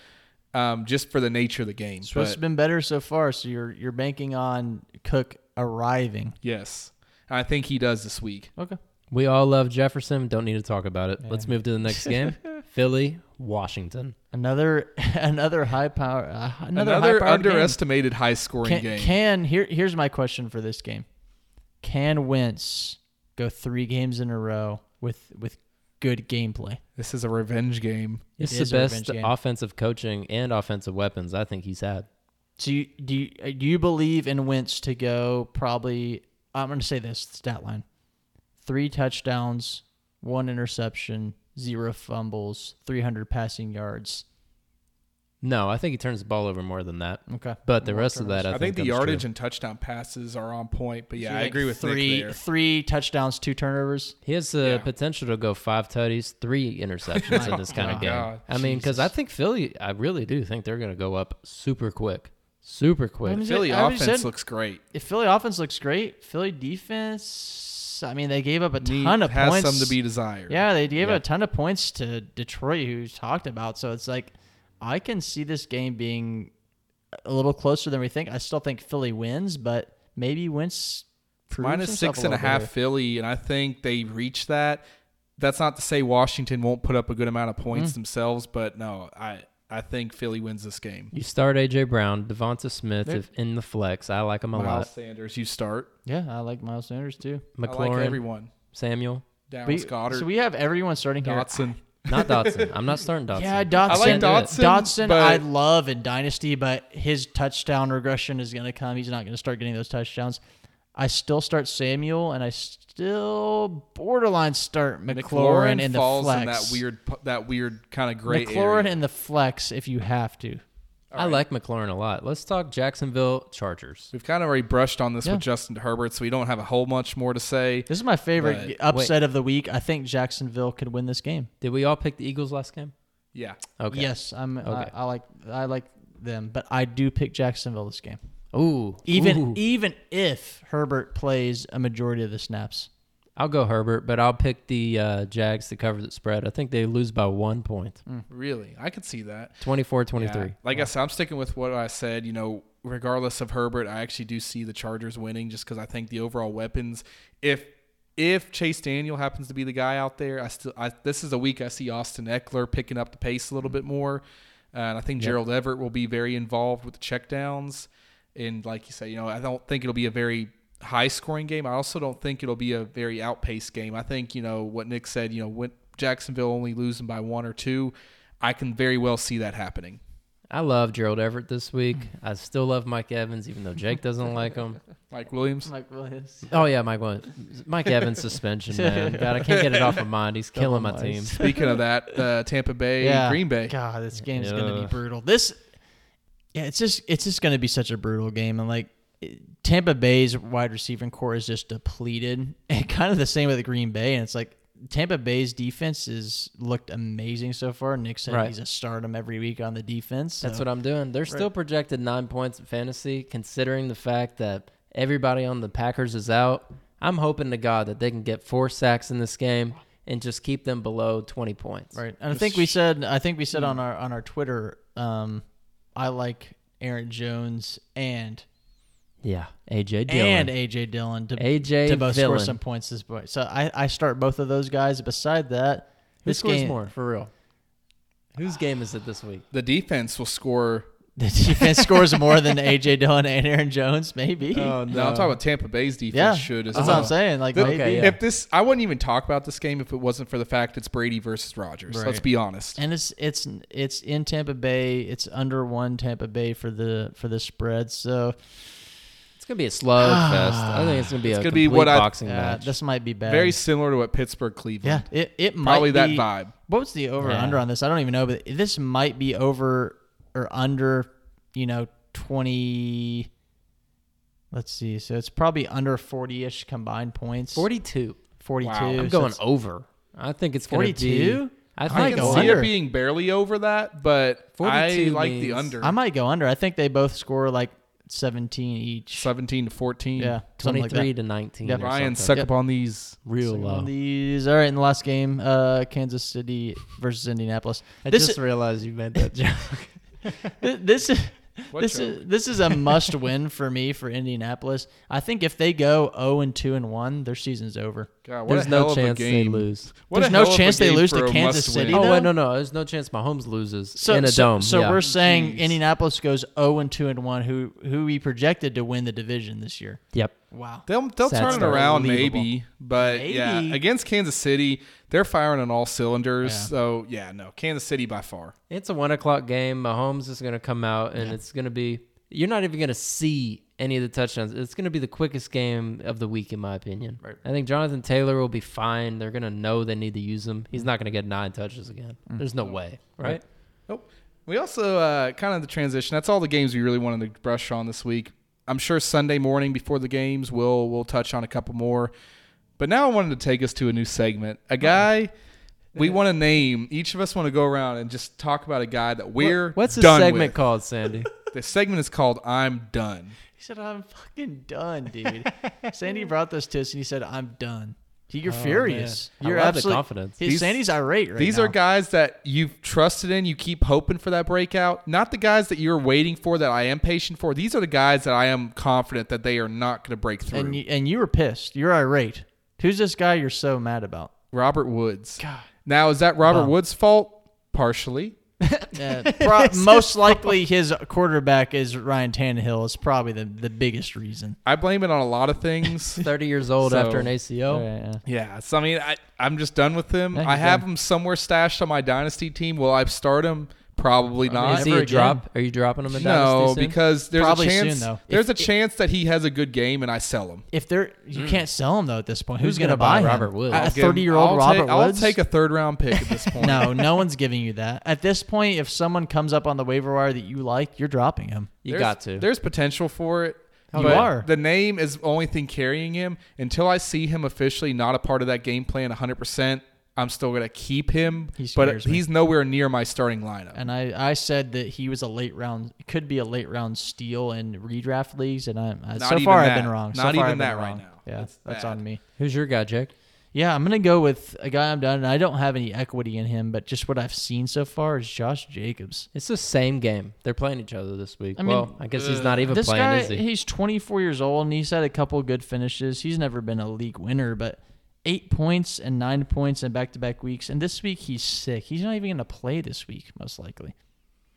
[SPEAKER 3] um, just for the nature of the game.
[SPEAKER 2] Swift's
[SPEAKER 3] But
[SPEAKER 2] been better so far, so you're you're banking on Cook arriving.
[SPEAKER 3] yes, I think he does this week.
[SPEAKER 2] Okay.
[SPEAKER 1] we all love Jefferson. Don't need to talk about it. Let's move to the next game. Philly, Washington.
[SPEAKER 2] Another another high power uh, another,
[SPEAKER 3] Another,
[SPEAKER 2] high-powered game.
[SPEAKER 3] underestimated high scoring
[SPEAKER 2] Can,
[SPEAKER 3] game.
[SPEAKER 2] can here here's my question for this game. Can Wentz go three games in a row with with good gameplay?
[SPEAKER 3] this is a revenge game.
[SPEAKER 1] It's
[SPEAKER 2] is
[SPEAKER 1] the
[SPEAKER 2] a revenge
[SPEAKER 1] best
[SPEAKER 2] game.
[SPEAKER 1] offensive coaching and offensive weapons I think he's had.
[SPEAKER 2] Do you, do you, uh, do you believe in Wentz to go probably? I'm going to say this stat line: three touchdowns, one interception, zero fumbles, 300 passing yards.
[SPEAKER 1] No, I think he turns the ball over more than that.
[SPEAKER 2] Okay,
[SPEAKER 1] But the rest of that, I,
[SPEAKER 3] I, think, the
[SPEAKER 1] comes
[SPEAKER 3] yardage
[SPEAKER 1] true.
[SPEAKER 3] and touchdown passes are on point. But yeah,
[SPEAKER 2] So you
[SPEAKER 3] I
[SPEAKER 2] think
[SPEAKER 3] agree with
[SPEAKER 2] three
[SPEAKER 3] Nick there.
[SPEAKER 2] three touchdowns, two turnovers.
[SPEAKER 1] He has the
[SPEAKER 3] Yeah. Oh
[SPEAKER 1] potential to go five tutties, three interceptions in this kind of
[SPEAKER 2] God.
[SPEAKER 1] game.
[SPEAKER 3] God,
[SPEAKER 1] I mean, because I think Philly, I really do think they're going to go up super quick, super quick.
[SPEAKER 2] I mean,
[SPEAKER 3] Philly
[SPEAKER 2] I already
[SPEAKER 3] offense
[SPEAKER 2] said-
[SPEAKER 3] looks great.
[SPEAKER 2] If Philly offense looks great, Philly defense. I mean, they gave up a
[SPEAKER 3] He
[SPEAKER 2] ton of
[SPEAKER 3] has
[SPEAKER 2] points.
[SPEAKER 3] some to be desired.
[SPEAKER 2] Yeah, they gave
[SPEAKER 1] Yeah.
[SPEAKER 2] a ton of points to Detroit, who's talked about. So it's like I can see this game being a little closer than we think. I still think Philly wins, but maybe Wentz proves
[SPEAKER 3] minus
[SPEAKER 2] himself
[SPEAKER 3] six and a
[SPEAKER 2] little bit
[SPEAKER 3] half
[SPEAKER 2] here.
[SPEAKER 3] Philly, and I think they reach that. That's not to say Washington won't put up a good amount of
[SPEAKER 2] Mm.
[SPEAKER 3] points themselves, but no, I I think Philly wins this game.
[SPEAKER 1] you start AJ Brown, Devonta Smith
[SPEAKER 2] They're-
[SPEAKER 1] if in the flex. I like him a
[SPEAKER 3] Miles
[SPEAKER 1] lot.
[SPEAKER 3] Sanders, you start.
[SPEAKER 2] Yeah, I like Miles Sanders too.
[SPEAKER 3] I like
[SPEAKER 1] McLaurin,
[SPEAKER 3] everyone.
[SPEAKER 1] Samuel,
[SPEAKER 3] Dallas
[SPEAKER 2] We-
[SPEAKER 3] Goddard,
[SPEAKER 2] so we have everyone starting here.
[SPEAKER 3] Dotson.
[SPEAKER 1] not Dotson. I'm not starting Dotson.
[SPEAKER 2] Yeah, Dotson.
[SPEAKER 3] I like Dotson,
[SPEAKER 2] Dotson,
[SPEAKER 3] but-
[SPEAKER 2] I love in Dynasty, but his touchdown regression is going to come. He's not going to start getting those touchdowns. I still start Samuel, and I still borderline start McLaurin,
[SPEAKER 3] McLaurin
[SPEAKER 2] in the
[SPEAKER 3] falls
[SPEAKER 2] flex.
[SPEAKER 3] in that weird pu- that weird kind of gray
[SPEAKER 2] McLaurin
[SPEAKER 3] area.
[SPEAKER 2] in the flex if you have to.
[SPEAKER 1] I like McLaurin a lot. Let's talk Jacksonville Chargers.
[SPEAKER 3] We've kind of already brushed on this
[SPEAKER 2] Yeah.
[SPEAKER 3] with Justin Herbert, so we don't have a whole much more to say.
[SPEAKER 2] This is my favorite
[SPEAKER 3] Right.
[SPEAKER 2] upset of the week. I think Jacksonville could win this game.
[SPEAKER 1] Did we all pick the Eagles last game?
[SPEAKER 3] Yeah,
[SPEAKER 1] Okay.
[SPEAKER 2] Yes, I'm.
[SPEAKER 1] Okay.
[SPEAKER 2] I, I like. I like them, but I do pick Jacksonville this game.
[SPEAKER 1] Ooh.
[SPEAKER 2] Even
[SPEAKER 1] Ooh.
[SPEAKER 2] even if Herbert plays a majority of the snaps,
[SPEAKER 1] I'll go Herbert, but I'll pick the uh, Jags to cover the spread. I think they lose by one point,
[SPEAKER 2] Hmm. Mm.
[SPEAKER 3] Really, I could see that.
[SPEAKER 1] 24-23.
[SPEAKER 3] Yeah. Like I said, I'm sticking with what I said. You know, regardless of Herbert, I actually do see the Chargers winning just because I think the overall weapons. If if Chase Daniel happens to be the guy out there, I still I, this is a week I see Austin Eckler picking up the pace a little bit more, uh, and I think Gerald Everett will be very involved with the checkdowns. And like you say, you know, I don't think it'll be a very high scoring game. I also don't think it'll be a very outpaced game. I think you know what Nick said. You know, when Jacksonville only losing by one or two, I can very well see that happening.
[SPEAKER 1] I love Gerald Everett this week. I still love Mike Evans, even though Jake doesn't like him.
[SPEAKER 3] Mike Williams.
[SPEAKER 2] Mike Williams.
[SPEAKER 1] Oh yeah, Mike Williams. Mike Evans suspension, man. God, I can't get it off my mind. He's killing my
[SPEAKER 2] Double
[SPEAKER 1] team.
[SPEAKER 2] mice.
[SPEAKER 3] Speaking of that, uh, Tampa Bay, Green Bay.
[SPEAKER 2] God, this game's gonna
[SPEAKER 1] Yeah.
[SPEAKER 2] be brutal. This, yeah, it's just it's just gonna be such a brutal game, and like it- Tampa Bay's wide receiving core is just depleted, and kind of the same with Green Bay, and it's like. Tampa Bay's defense has looked amazing so far. Nick said
[SPEAKER 1] Right.
[SPEAKER 2] he's a stardom every week on the defense.
[SPEAKER 1] That's what I'm doing. They're still projected nine points in fantasy, considering the fact that everybody on the Packers is out. I'm hoping to God that they can get four sacks in this game and just keep them below 20 points.
[SPEAKER 2] Right, and I think we said I think we said on our on our Twitter, um, I like Aaron Jones and
[SPEAKER 1] Yeah. AJ Dillon.
[SPEAKER 2] and AJ Dillon to,
[SPEAKER 1] AJ
[SPEAKER 2] to both
[SPEAKER 1] Dillon.
[SPEAKER 2] score some points this point. So I, I start both of those guys. Beside that,
[SPEAKER 1] Who
[SPEAKER 2] this
[SPEAKER 1] scores
[SPEAKER 2] game
[SPEAKER 1] more for real? Whose game is it this week?
[SPEAKER 3] The defense will score.
[SPEAKER 2] the defense scores more than AJ Dillon and Aaron Jones. Maybe.
[SPEAKER 1] Oh,
[SPEAKER 3] No, I'm talking about Tampa Bay's defense
[SPEAKER 2] Oh, yeah,
[SPEAKER 3] should as
[SPEAKER 2] that's
[SPEAKER 3] well.
[SPEAKER 2] what I'm saying. Like
[SPEAKER 3] The-
[SPEAKER 2] maybe.
[SPEAKER 1] Okay, yeah.
[SPEAKER 3] If this, I wouldn't even talk about this game if it wasn't for the fact it's Brady versus Rogers. Let's
[SPEAKER 2] Right.
[SPEAKER 3] be honest.
[SPEAKER 2] And it's it's it's in Tampa Bay. It's under one Tampa Bay for the for the spread. So
[SPEAKER 1] It's going to be a slugfest. I think it's going to be a
[SPEAKER 3] gonna be
[SPEAKER 1] complete
[SPEAKER 3] what I-
[SPEAKER 1] boxing
[SPEAKER 2] Ah. uh,
[SPEAKER 1] match.
[SPEAKER 2] this might be bad.
[SPEAKER 3] Very similar to what Pittsburgh
[SPEAKER 2] yeah.
[SPEAKER 3] Cleveland.
[SPEAKER 2] It it might
[SPEAKER 3] probably that
[SPEAKER 2] be-
[SPEAKER 3] vibe.
[SPEAKER 2] What was the over
[SPEAKER 1] Yeah.
[SPEAKER 2] under on this? I don't even know, but this might be over or under, you know, 20. Let's see. So it's probably under 40 ish combined points.
[SPEAKER 1] 42.
[SPEAKER 2] 42.
[SPEAKER 3] Wow. I'm
[SPEAKER 1] I'm
[SPEAKER 2] so
[SPEAKER 1] going
[SPEAKER 2] it's-
[SPEAKER 1] over. I think it's going to be.
[SPEAKER 2] 42?
[SPEAKER 1] I
[SPEAKER 3] I
[SPEAKER 1] think
[SPEAKER 3] can
[SPEAKER 2] go
[SPEAKER 3] see
[SPEAKER 2] under.
[SPEAKER 3] it being barely over that, but I
[SPEAKER 1] 42
[SPEAKER 3] like the
[SPEAKER 1] means-
[SPEAKER 3] under.
[SPEAKER 2] I might go under. I think they both score like 17 each.
[SPEAKER 3] 17 to 14.
[SPEAKER 2] yeah. something
[SPEAKER 1] 23
[SPEAKER 2] like that.
[SPEAKER 1] to 19.
[SPEAKER 2] Yep.
[SPEAKER 1] or
[SPEAKER 3] Ryan,
[SPEAKER 1] something.
[SPEAKER 3] suck
[SPEAKER 2] Yep.
[SPEAKER 3] up on these.
[SPEAKER 1] Real
[SPEAKER 2] Second one
[SPEAKER 1] low.
[SPEAKER 2] of These. All right. And the last game uh, Kansas City versus Indianapolis.
[SPEAKER 1] I
[SPEAKER 2] This
[SPEAKER 1] just
[SPEAKER 2] is-
[SPEAKER 1] realized you meant that joke.
[SPEAKER 2] Th- this is
[SPEAKER 3] What
[SPEAKER 2] this
[SPEAKER 3] joke?
[SPEAKER 2] is this is a must win for me for Indianapolis. I think if they go 0 and 2 and 1, their season's over.
[SPEAKER 3] God, what
[SPEAKER 1] There's
[SPEAKER 3] a
[SPEAKER 1] no
[SPEAKER 3] hell
[SPEAKER 1] chance
[SPEAKER 3] of a game.
[SPEAKER 1] they lose.
[SPEAKER 3] What
[SPEAKER 2] There's
[SPEAKER 3] a
[SPEAKER 2] no
[SPEAKER 3] hell of a
[SPEAKER 2] chance they
[SPEAKER 3] game
[SPEAKER 2] lose to
[SPEAKER 3] for a
[SPEAKER 2] Kansas
[SPEAKER 3] must-win.
[SPEAKER 2] City. You
[SPEAKER 1] Oh
[SPEAKER 2] know?
[SPEAKER 1] wait, no, no. There's no chance Mahomes loses
[SPEAKER 2] So,
[SPEAKER 1] in a
[SPEAKER 2] so,
[SPEAKER 1] dome.
[SPEAKER 2] So
[SPEAKER 1] yeah.
[SPEAKER 2] we're saying
[SPEAKER 3] Jeez.
[SPEAKER 2] Indianapolis goes 0 and 2 and 1 who who we projected to win the division this year.
[SPEAKER 1] yep.
[SPEAKER 2] Wow.
[SPEAKER 3] They'll they'll
[SPEAKER 1] That's
[SPEAKER 3] turn it around
[SPEAKER 1] unbelievable.
[SPEAKER 3] maybe, but yeah,
[SPEAKER 2] Maybe.
[SPEAKER 3] against Kansas City, they're firing on all cylinders.
[SPEAKER 2] Yeah.
[SPEAKER 3] So yeah, no, Kansas City by far.
[SPEAKER 1] It's a one o'clock game. Mahomes is going to come out, and it's going to be. You're not even going to see any of the touchdowns. It's going to be the quickest game of the week, in my opinion. Right. I think Jonathan Taylor will be fine. They're going to know they need to use him. He's not going to get nine touches again. There's no way, right? Oh.
[SPEAKER 3] Nope. We also uh, kind of the transition. That's all the games we really wanted to brush on this week. I'm sure Sunday morning before the games, we'll we'll touch on a couple more. But now I wanted to take us to a new segment. A guy we want to name. Each of us want to go around and just talk about a guy that we're
[SPEAKER 1] What's the
[SPEAKER 3] done
[SPEAKER 1] segment
[SPEAKER 3] with.
[SPEAKER 1] called, Sandy?
[SPEAKER 3] The segment is called "I'm Done."
[SPEAKER 2] He said I'm fucking done, dude. Sandy brought this to us and he said I'm done. You're furious.
[SPEAKER 1] man. I
[SPEAKER 2] You're
[SPEAKER 1] love the
[SPEAKER 2] absolutely
[SPEAKER 1] confidence.
[SPEAKER 2] His
[SPEAKER 3] These-
[SPEAKER 2] Sandy's irate right
[SPEAKER 3] These
[SPEAKER 2] now.
[SPEAKER 3] are guys that you've trusted in. You keep hoping for that breakout. Not the guys that you're waiting for. That I am patient for. These are the guys that I am confident that they are not going to break through.
[SPEAKER 2] and you, and you were pissed. You're irate. Who's this guy you're so mad about?
[SPEAKER 3] Robert Woods. Now is that Robert Woods' fault? Partially.
[SPEAKER 2] Uh, pro- most likely, his quarterback is Ryan Tannehill. Is probably the, the biggest reason.
[SPEAKER 3] I blame it on a lot of things.
[SPEAKER 1] Thirty years old
[SPEAKER 3] So-
[SPEAKER 1] after an ACL.
[SPEAKER 3] yeah. So I mean, I, I'm just done with him. I
[SPEAKER 2] he's
[SPEAKER 3] have him somewhere stashed on my dynasty team. Will I start him? Probably not.
[SPEAKER 1] Is he a
[SPEAKER 2] Never
[SPEAKER 1] drop? Are you dropping him in
[SPEAKER 3] no,
[SPEAKER 1] Dynasty soon?
[SPEAKER 3] because there's
[SPEAKER 2] Probably
[SPEAKER 3] a chance.
[SPEAKER 2] soon, though.
[SPEAKER 3] There's
[SPEAKER 2] If-
[SPEAKER 3] a chance that he has a good game and I sell him.
[SPEAKER 2] If they're you can't sell him though at this point. Who's,
[SPEAKER 1] Who's
[SPEAKER 2] going
[SPEAKER 1] Mm. gonna buy
[SPEAKER 2] to buy, him?
[SPEAKER 1] Robert Woods?
[SPEAKER 2] A
[SPEAKER 1] I'll
[SPEAKER 3] Give him-
[SPEAKER 2] thirty year old
[SPEAKER 3] I'll ta-
[SPEAKER 2] Robert Woods.
[SPEAKER 3] I'll take a third round pick at this point.
[SPEAKER 2] no, no one's giving you that. At this point, if someone comes up on the waiver wire that you like, you're dropping him.
[SPEAKER 1] you
[SPEAKER 3] There's-
[SPEAKER 1] got to.
[SPEAKER 3] There's potential for it.
[SPEAKER 2] Oh,
[SPEAKER 3] but
[SPEAKER 2] you are.
[SPEAKER 3] The name is the only thing carrying him. Until I see him officially not a part of that game plan 100%, I'm still going to keep him.
[SPEAKER 2] He
[SPEAKER 3] but
[SPEAKER 2] scares me.
[SPEAKER 3] he's nowhere near my starting lineup.
[SPEAKER 2] And I, I said that he was a late round, could be a late round steal in redraft leagues, and I, I
[SPEAKER 3] Not
[SPEAKER 2] so
[SPEAKER 3] even
[SPEAKER 2] far
[SPEAKER 3] that.
[SPEAKER 2] I've been wrong. So
[SPEAKER 3] Not
[SPEAKER 2] far,
[SPEAKER 3] even
[SPEAKER 2] I've been
[SPEAKER 3] that right
[SPEAKER 2] wrong.
[SPEAKER 3] now.
[SPEAKER 2] Yeah,
[SPEAKER 3] That's
[SPEAKER 2] that's
[SPEAKER 3] bad.
[SPEAKER 2] on me.
[SPEAKER 1] Who's your guy, Jake?
[SPEAKER 2] Yeah, I'm gonna go with a guy I'm done, and I don't have any equity in him, but just what I've seen so far is Josh Jacobs.
[SPEAKER 1] It's the same game. They're playing each other this week.
[SPEAKER 2] I mean,
[SPEAKER 1] well, I guess he's not even
[SPEAKER 2] this
[SPEAKER 1] playing,
[SPEAKER 2] guy,
[SPEAKER 1] is he?
[SPEAKER 2] he's 24 years old, and he's had a couple good finishes. He's never been a league winner, but eight points and nine points in back-to-back weeks, and this week he's sick. He's not even gonna play this week, most likely.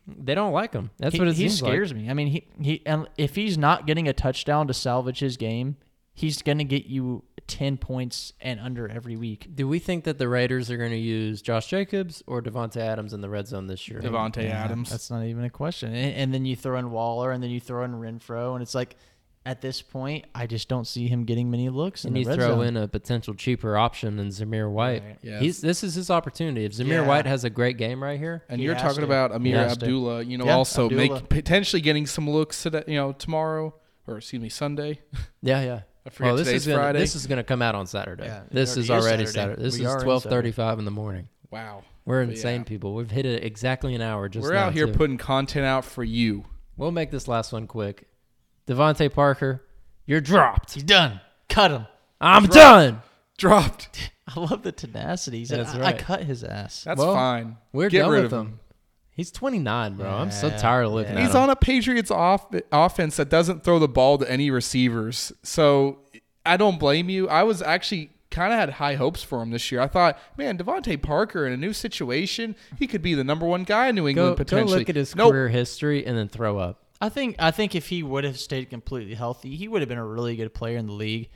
[SPEAKER 1] They don't like him. That's
[SPEAKER 2] he,
[SPEAKER 1] what it
[SPEAKER 2] he
[SPEAKER 1] seems like.
[SPEAKER 2] scares me. I mean, he he and if he's not getting a touchdown to salvage his game, he's gonna get you 10 points and under every week.
[SPEAKER 1] Do we think that the Raiders are going to use Josh Jacobs or Devonte Adams in the red zone this year?
[SPEAKER 3] Devontae
[SPEAKER 2] Yeah,
[SPEAKER 3] Adams.
[SPEAKER 2] That's not even a question. And, and then you throw in Waller, and then you throw in Renfro, and it's like, at this point, I just don't see him getting many looks.
[SPEAKER 1] and
[SPEAKER 2] in
[SPEAKER 1] you
[SPEAKER 2] the red
[SPEAKER 1] throw
[SPEAKER 2] zone.
[SPEAKER 1] in a potential cheaper option than Zamir White.
[SPEAKER 2] Right.
[SPEAKER 3] Yeah.
[SPEAKER 1] He's this is his opportunity. If Zamir
[SPEAKER 2] Yeah.
[SPEAKER 1] White has a great game right here,
[SPEAKER 3] And
[SPEAKER 2] He
[SPEAKER 3] you're
[SPEAKER 2] has
[SPEAKER 3] talking
[SPEAKER 2] to.
[SPEAKER 3] about Amir
[SPEAKER 2] has to.
[SPEAKER 3] Abdullah, you know,
[SPEAKER 2] Yeah,
[SPEAKER 3] also
[SPEAKER 2] Abdullah.
[SPEAKER 3] make potentially getting some looks today, you know, tomorrow or excuse me, Sunday.
[SPEAKER 1] yeah, yeah.
[SPEAKER 3] I forget
[SPEAKER 1] Oh, this
[SPEAKER 3] today's
[SPEAKER 1] is gonna,
[SPEAKER 3] Friday.
[SPEAKER 1] this is going to come out on Saturday.
[SPEAKER 2] Yeah, it
[SPEAKER 1] this is
[SPEAKER 2] already is
[SPEAKER 1] already
[SPEAKER 2] Saturday.
[SPEAKER 1] Saturday. This
[SPEAKER 2] We are
[SPEAKER 1] is
[SPEAKER 2] in
[SPEAKER 1] twelve thirty-five in the morning.
[SPEAKER 3] wow.
[SPEAKER 1] We're
[SPEAKER 3] But
[SPEAKER 1] insane
[SPEAKER 3] yeah.
[SPEAKER 1] people. We've hit it exactly an hour. Just
[SPEAKER 3] We're
[SPEAKER 1] now,
[SPEAKER 3] out here
[SPEAKER 1] too.
[SPEAKER 3] putting content out for you.
[SPEAKER 1] We'll make this last one quick. Devonte Parker, you're dropped.
[SPEAKER 2] He's done. Cut him.
[SPEAKER 1] I'm done.
[SPEAKER 3] Dropped.
[SPEAKER 2] I love the tenacity. He's
[SPEAKER 1] That's
[SPEAKER 2] like, I, I
[SPEAKER 1] right.
[SPEAKER 2] cut his ass.
[SPEAKER 3] That's
[SPEAKER 1] Well,
[SPEAKER 3] fine.
[SPEAKER 1] We're
[SPEAKER 3] Get
[SPEAKER 1] done
[SPEAKER 3] rid
[SPEAKER 1] with
[SPEAKER 3] of
[SPEAKER 1] him. He's 29, bro. I'm so
[SPEAKER 2] Yeah.
[SPEAKER 1] tired of looking
[SPEAKER 2] Yeah.
[SPEAKER 1] at
[SPEAKER 3] He's
[SPEAKER 1] him.
[SPEAKER 3] on a Patriots off- offense that doesn't throw the ball to any receivers. So I don't blame you. I was actually kind of had high hopes for him this year. I thought, man, Devontae Parker in a new situation, he could be the number one guy in New
[SPEAKER 1] go,
[SPEAKER 3] England
[SPEAKER 1] go
[SPEAKER 3] potentially.
[SPEAKER 1] look at his
[SPEAKER 3] Nope.
[SPEAKER 1] career history and then throw up.
[SPEAKER 2] I think. I think if he would have stayed completely healthy, he would have been a really good player in the league.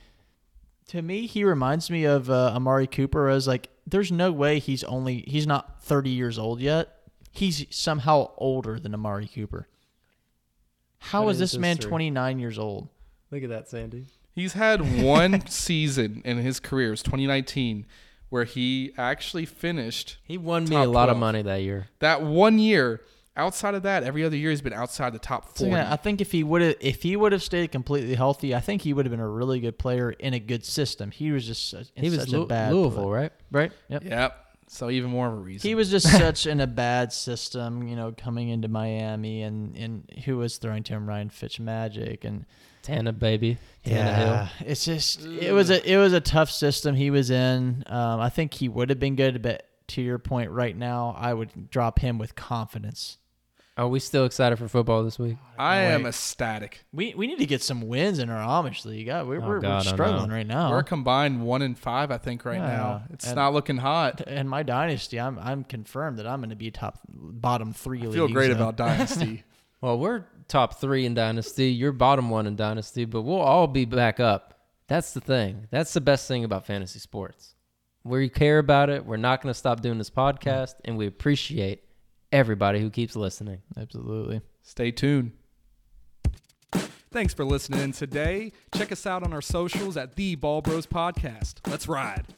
[SPEAKER 2] To me, he reminds me of uh, Amari Cooper. As like, there's no way he's only he's not 30 years old yet. He's somehow older than Amari Cooper. How
[SPEAKER 1] That
[SPEAKER 2] is
[SPEAKER 1] is
[SPEAKER 2] this man
[SPEAKER 1] history.
[SPEAKER 2] 29 years old?
[SPEAKER 1] Look at that, Sandy.
[SPEAKER 3] He's had one season in his career, it's 2019, where he actually finished
[SPEAKER 1] He won me
[SPEAKER 3] Top
[SPEAKER 1] a lot of
[SPEAKER 3] 12.
[SPEAKER 1] money that year.
[SPEAKER 3] that one year. Outside of that, every other year he's been outside the top
[SPEAKER 2] So,
[SPEAKER 3] 40.
[SPEAKER 2] yeah, I think if he would have if he would have stayed completely healthy, I think he would have been a really good player in a good system. He was just such, in
[SPEAKER 1] He was
[SPEAKER 2] such
[SPEAKER 1] Lu-
[SPEAKER 2] a bad
[SPEAKER 1] Louisville, right?
[SPEAKER 2] right? Yep.
[SPEAKER 3] Yep. So even more of a reason.
[SPEAKER 2] He was just such in a bad system, you know, coming into Miami and and who was throwing to him Ryan Fitzmagic and
[SPEAKER 1] Tana baby. Tana Hill.
[SPEAKER 2] it's just it was a it was a tough system he was in. Um, I think he would have been good, but to your point, right now I would drop him with confidence.
[SPEAKER 1] Are we still excited for football this week?
[SPEAKER 3] I
[SPEAKER 2] Wait.
[SPEAKER 3] am ecstatic.
[SPEAKER 2] We we need to get some wins in our Amish league. God, we're,
[SPEAKER 1] Oh,
[SPEAKER 2] we're,
[SPEAKER 1] God, I
[SPEAKER 2] we're
[SPEAKER 1] know.
[SPEAKER 2] struggling right now.
[SPEAKER 3] We're combined one and five, I think, right now.
[SPEAKER 2] Oh. Yeah,
[SPEAKER 3] It's
[SPEAKER 2] and-
[SPEAKER 3] not looking hot.
[SPEAKER 2] in my dynasty, I'm I'm confirmed that I'm going to be top bottom three.
[SPEAKER 3] I feel great about dynasty.
[SPEAKER 1] Well, we're top three in Dynasty. You're bottom one in Dynasty, but we'll all be back up. That's the thing. That's the best thing about fantasy sports. We care about it. We're not going to stop doing this podcast, and we appreciate everybody who keeps listening.
[SPEAKER 2] absolutely.
[SPEAKER 3] Stay tuned. Thanks for listening in today. Check us out on our socials at the Ball Bros Podcast. Let's ride.